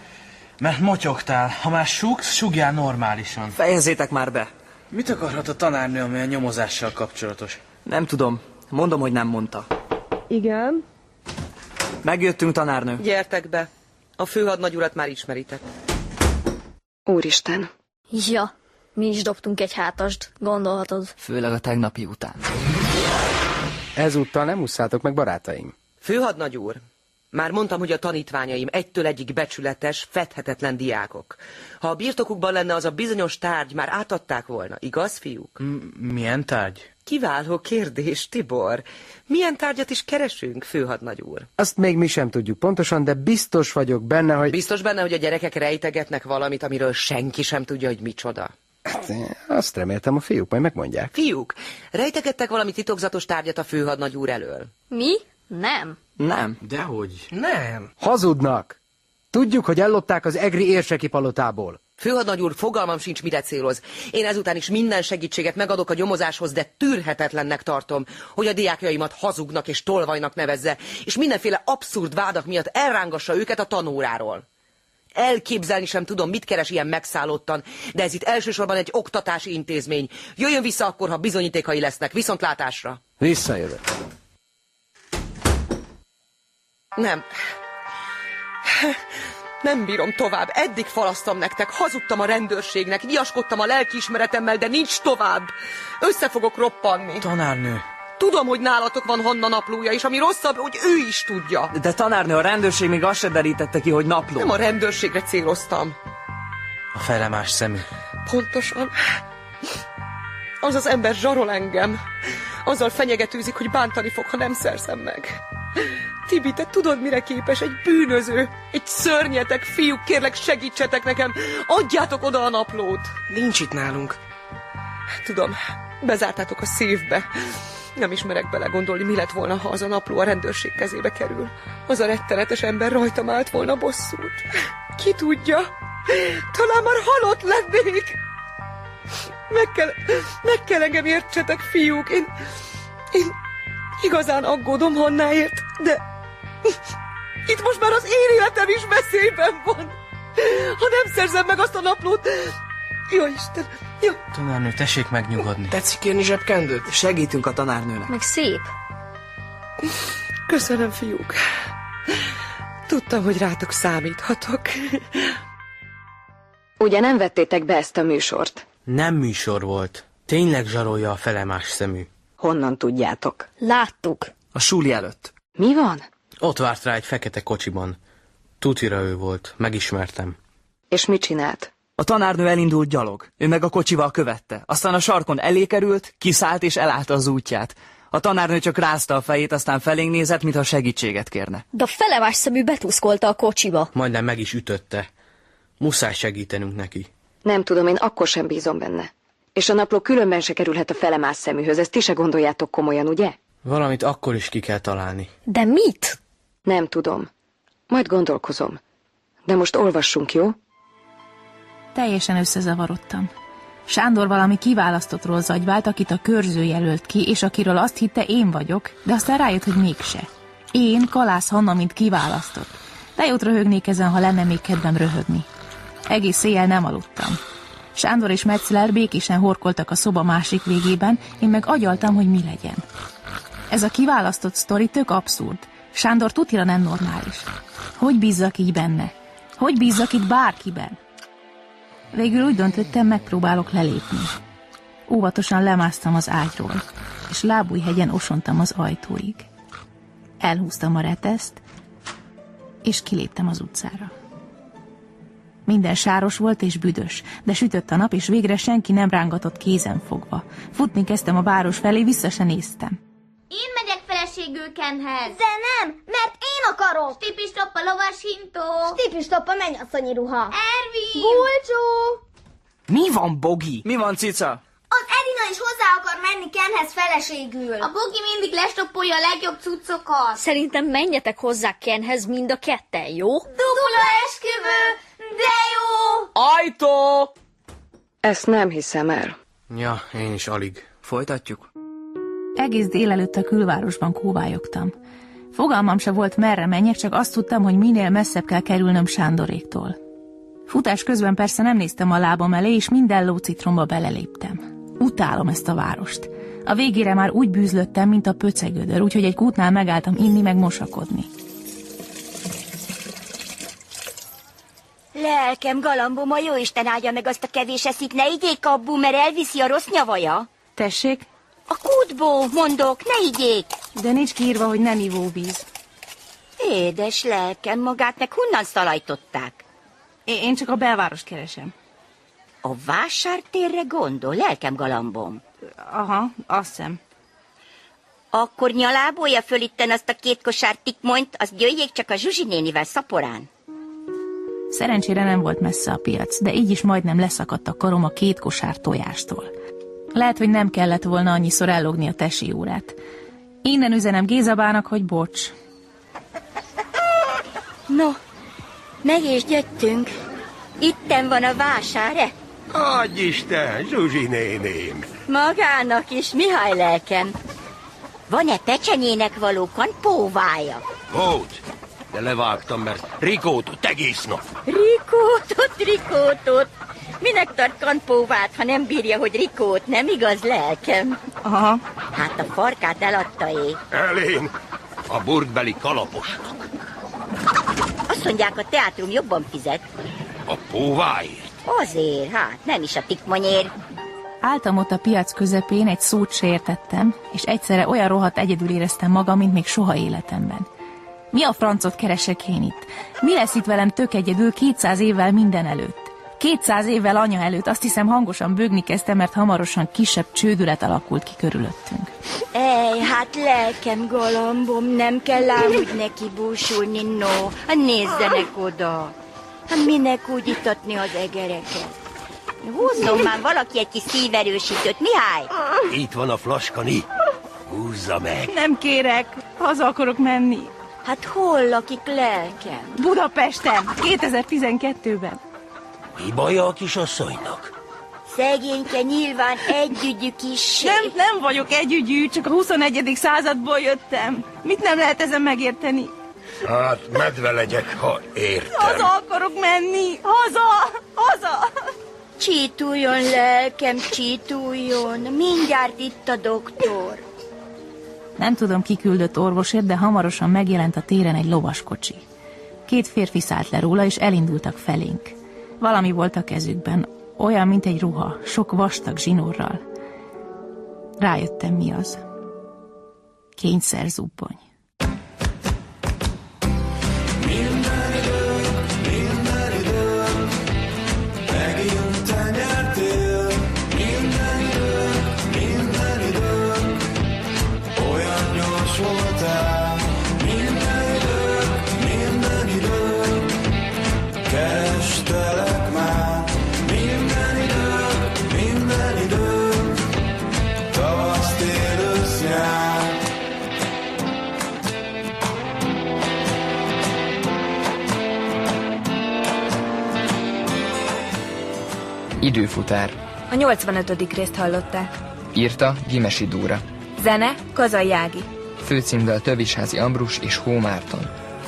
Speaker 4: mert motyogtál. Ha már súgsz, sugjál normálisan.
Speaker 2: Fejezzétek már be!
Speaker 4: Mit akarhat a tanárnő, ami a nyomozással kapcsolatos?
Speaker 2: Nem tudom. Mondom, hogy nem mondta.
Speaker 10: Igen?
Speaker 2: Megjöttünk, tanárnő.
Speaker 10: Gyertek be. A főhadnagy urat már ismeritek.
Speaker 7: Úristen,
Speaker 11: Ja, mi is dobtunk egy hátast, gondolhatod.
Speaker 2: Főleg a tegnapi után.
Speaker 25: Ezúttal nem ússzátok meg, barátaim.
Speaker 10: Főhadnagy úr, már mondtam, hogy a tanítványaim egytől egyik becsületes, fedhetetlen diákok. Ha a birtokukban lenne az a bizonyos tárgy, már átadták volna, igaz, fiúk?
Speaker 4: M- milyen tárgy?
Speaker 10: Kiváló kérdés, Tibor. Milyen tárgyat is keresünk, főhadnagy úr?
Speaker 25: Azt még mi sem tudjuk pontosan, de biztos vagyok benne, hogy...
Speaker 10: Biztos benne, hogy a gyerekek rejtegetnek valamit, amiről senki sem tudja, hogy micsoda.
Speaker 25: Hát, Azt reméltem, a fiúk majd megmondják.
Speaker 10: Fiúk, rejtegettek valami titokzatos tárgyat a főhadnagy úr elől.
Speaker 11: Mi? Nem.
Speaker 2: Nem.
Speaker 4: Dehogy.
Speaker 12: Nem.
Speaker 25: Hazudnak! Tudjuk, hogy ellopták az egri érseki palotából.
Speaker 10: Főhadnagy úr, fogalmam sincs, mire céloz. Én ezután is minden segítséget megadok a nyomozáshoz, de tűrhetetlennek tartom, hogy a diákjaimat hazugnak és tolvajnak nevezze, és mindenféle abszurd vádak miatt elrángassa őket a tanóráról. Elképzelni sem tudom, mit keres ilyen megszállottan, de ez itt elsősorban egy oktatási intézmény. Jöjjön vissza akkor, ha bizonyítékai lesznek. Viszontlátásra!
Speaker 25: Visszajövök.
Speaker 10: Nem.
Speaker 3: Nem bírom tovább, eddig falasztam nektek, hazudtam a rendőrségnek, nyiaskodtam a lelkiismeretemmel, de nincs tovább. Össze fogok roppanni.
Speaker 2: Tanárnő.
Speaker 3: Tudom, hogy nálatok van Hanna naplója, és ami rosszabb, hogy ő is tudja.
Speaker 2: De tanárnő, a rendőrség még azt se derítette ki, hogy napló.
Speaker 3: Nem a rendőrségre céloztam.
Speaker 4: A felemás szemű.
Speaker 3: Pontosan. Az az ember zsarol engem. Azzal fenyegetőzik, hogy bántani fog, ha nem szerzem meg. Tibi, te tudod, mire képes egy bűnöző, egy szörnyetek, fiúk, kérlek segítsetek nekem, adjátok oda a naplót.
Speaker 29: Nincs itt nálunk.
Speaker 3: Tudom, bezártátok a szívbe. Nem ismerek belegondolni, mi lett volna, ha az a napló a rendőrség kezébe kerül. Az a rettenetes ember rajtam állt volna bosszút. Ki tudja? Talán már halott lennék. Meg kell, meg kell engem értsetek, fiúk. Én, én igazán aggódom Hannáért, de itt most már az én életem is veszélyben van. Ha nem szerzem meg azt a naplót, jó Isten, jó.
Speaker 4: Tanárnő, tessék megnyugodni.
Speaker 29: Tetszik kérni zsebkendőt?
Speaker 2: Segítünk a tanárnőnek.
Speaker 11: Meg szép.
Speaker 3: Köszönöm, fiúk. Tudtam, hogy rátok számíthatok.
Speaker 7: Ugye nem vettétek be ezt a műsort?
Speaker 4: Nem műsor volt. Tényleg zsarolja a felemás szemű.
Speaker 7: Honnan tudjátok?
Speaker 11: Láttuk.
Speaker 2: A súli előtt.
Speaker 7: Mi van?
Speaker 4: Ott várt rá egy fekete kocsiban. Tutira ő volt, megismertem.
Speaker 7: És mit csinált?
Speaker 2: A tanárnő elindult gyalog, ő meg a kocsival követte, aztán a sarkon elé került, kiszállt és elállta az útját. A tanárnő csak rázta a fejét, aztán felénk nézett, mintha segítséget kérne.
Speaker 11: De a felemás szemű betuszkolta a kocsiba.
Speaker 4: Majdnem meg is ütötte. Muszáj segítenünk neki.
Speaker 7: Nem tudom, én akkor sem bízom benne. És a napló különben se kerülhet a felemás szeműhöz, ezt ti se gondoljátok komolyan, ugye?
Speaker 4: Valamit akkor is ki kell találni.
Speaker 11: De mit?
Speaker 7: Nem tudom. Majd gondolkozom. De most olvassunk, jó?
Speaker 15: Teljesen összezavarodtam. Sándor valami kiválasztottról zagyvált, akit a körző jelölt ki, és akiről azt hitte én vagyok, de aztán rájött, hogy mégse. Én, Kalász Hanna, mint kiválasztott. De jót röhögnék ezen, ha lenne még kedvem röhögni. Egész éjjel nem aludtam. Sándor és Metzler békésen horkoltak a szoba másik végében, én meg agyaltam, hogy mi legyen. Ez a kiválasztott sztori tök abszurd. Sándor tutira nem normális. Hogy bízzak így benne? Hogy bízzak itt bárkiben? Végül úgy döntöttem, megpróbálok lelépni. Óvatosan lemásztam az ágyról, és lábújhegyen osontam az ajtóig. Elhúztam a reteszt, és kiléptem az utcára. Minden sáros volt és büdös, de sütött a nap, és végre senki nem rángatott kézen fogva. Futni kezdtem a város felé, vissza se néztem.
Speaker 1: Én megyek feleségül Kenhez. De nem, mert én akarok. Stipistoppa lovas hintó. Stipistoppa mennyasszonyi ruha. Ervin. Bulcsú.
Speaker 29: Mi van, Bogi?
Speaker 2: Mi van, cica?
Speaker 1: Az Edina is hozzá akar menni Kenhez feleségül. A Bogi mindig lestoppolja a legjobb cuccokat.
Speaker 11: Szerintem menjetek hozzá Kenhez mind a ketten, jó?
Speaker 1: Dupla esküvő, de jó.
Speaker 2: Ajtó!
Speaker 7: Ezt nem hiszem el.
Speaker 4: Ja, én is alig.
Speaker 2: Folytatjuk.
Speaker 15: Egész délelőtt a külvárosban kóvályogtam. Fogalmam se volt, merre menjek, csak azt tudtam, hogy minél messzebb kell kerülnöm Sándoréktól. Futás közben persze nem néztem a lábam elé, és minden lócitromba beleléptem. Utálom ezt a várost. A végére már úgy bűzlöttem, mint a pöcegödör, úgyhogy egy kútnál megálltam inni meg mosakodni.
Speaker 16: Lelkem, galambom, a jóisten áldja meg azt a kevés eszit, ne igyék abbú, mert elviszi a rossz nyavaja.
Speaker 15: Tessék?
Speaker 16: A kútból, mondok, ne igyék!
Speaker 15: De nincs kiírva, hogy nem ivóvíz.
Speaker 16: Édes lelkem, magát meg honnan szalajtották?
Speaker 15: É- Én csak a belváros keresem.
Speaker 16: A vásártérre gondol, lelkem galambom.
Speaker 15: Aha, azt hiszem.
Speaker 16: Akkor nyalábolja föl itten azt a két kosár tikmonyt, azt gyöljék csak a Zsuzsi nénivel szaporán.
Speaker 15: Szerencsére nem volt messze a piac, de így is majdnem leszakadt a karom a két kosár tojástól. Lehet, hogy nem kellett volna annyiszor ellogni a tesi órát. Innen üzenem Gézabának, hogy bocs.
Speaker 16: No, meg is gyöttünk. Itten van a eh? vásáre.
Speaker 18: Adj Isten, Zsuzsi néném!
Speaker 16: Magának is, Mihály lelkem. Van-e pecsenyének való kanpóvája?
Speaker 18: Volt, de levágtam, mert rikótot egész nap.
Speaker 16: Rikótot, rikótot! Minek tart kanpóvát, ha nem bírja, hogy rikót, nem igaz, lelkem?
Speaker 15: Aha.
Speaker 16: Hát a farkát eladta é.
Speaker 18: Elén, a burkbeli kalaposnak.
Speaker 16: Az mondják, a teátrum jobban fizet.
Speaker 17: A póváért.
Speaker 16: Azért, hát nem is a tikmonyér.
Speaker 15: Álltam ott a piac közepén, egy szót se értettem, és egyszerre olyan rohadt egyedül éreztem magam, mint még soha életemben. Mi a francot keresek én itt? Mi lesz itt velem tök egyedül 200 évvel minden előtt? 200 évvel anya előtt azt hiszem hangosan bőgni kezdtem, mert hamarosan kisebb csődület alakult ki körülöttünk.
Speaker 16: Ej, hát lelkem galambom, nem kell ám úgy neki búsulni, no. Hát nézzenek oda. Hát minek úgy itatni az egereket? Húzzon már valaki egy kis szíverősítőt, Mihály!
Speaker 18: Itt van a flaskani. Húzza meg.
Speaker 15: Nem kérek, haza akarok menni.
Speaker 16: Hát hol lakik lelkem?
Speaker 15: Budapesten, 2012-ben.
Speaker 18: Mi baja a kisasszonynak?
Speaker 16: Szegényke nyilván együgyű kissé.
Speaker 15: Nem, nem vagyok együgyű, csak a 21. századból jöttem. Mit nem lehet ezen megérteni?
Speaker 17: Hát medve legyek, ha értem.
Speaker 15: Haza akarok menni! Haza! Haza!
Speaker 16: Csítuljon, lelkem, csítuljon. Mindjárt itt a doktor.
Speaker 15: Nem tudom, ki küldött orvosért, de hamarosan megjelent a téren egy lovaskocsi. Két férfi szállt le róla, és elindultak felénk. Valami volt a kezükben, olyan, mint egy ruha, sok vastag zsinórral. Rájöttem, mi az. Kényszer zubbony.
Speaker 19: Minden idők, minden idők, megint te nyertél. Minden idők, minden idők, olyan gyors voltál. Minden idők, minden idők, kerestelek már. Minden idők, minden idők, tavasz, tél, ősz jár.
Speaker 6: Időfutár.
Speaker 21: A 85. részt hallották.
Speaker 6: Írta Gimesi Dúra.
Speaker 21: Zene Kazai Ági.
Speaker 6: Főcímdal Tövisházi Ambrus és Hó Márton.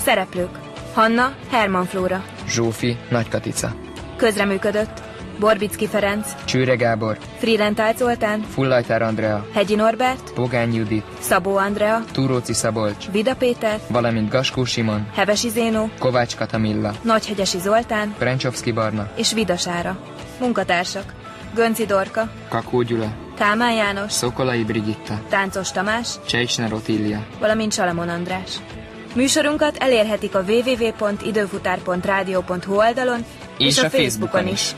Speaker 21: Szereplők Hanna Herman Flóra.
Speaker 6: Zsófi Nagykatica.
Speaker 21: Közreműködött Borbicki Ferenc,
Speaker 6: Csőre Gábor.
Speaker 21: Frillentál Zoltán,
Speaker 6: Fullajtár Andrea.
Speaker 21: Hegyi Norbert,
Speaker 6: Pogány Judit.
Speaker 21: Szabó Andrea,
Speaker 6: Túróci Szabolcs.
Speaker 21: Vida Péter,
Speaker 6: Valamint Gaskó Simon.
Speaker 21: Hevesi Zénó,
Speaker 6: Kovács Katamilla.
Speaker 21: Nagyhegyesi Zoltán
Speaker 6: Prencsovszki Barna.
Speaker 21: és Vidasára. Munkatársak Gönci Dorka,
Speaker 6: Kakó Gyula.
Speaker 21: Kálmán János,
Speaker 6: Szokolai Brigitta.
Speaker 21: Táncos Tamás,
Speaker 6: Csejcsner Otília.
Speaker 21: valamint Salamon András. Műsorunkat elérhetik a www.időfutár.rádió.hu oldalon és,
Speaker 6: És a Facebookon
Speaker 21: is.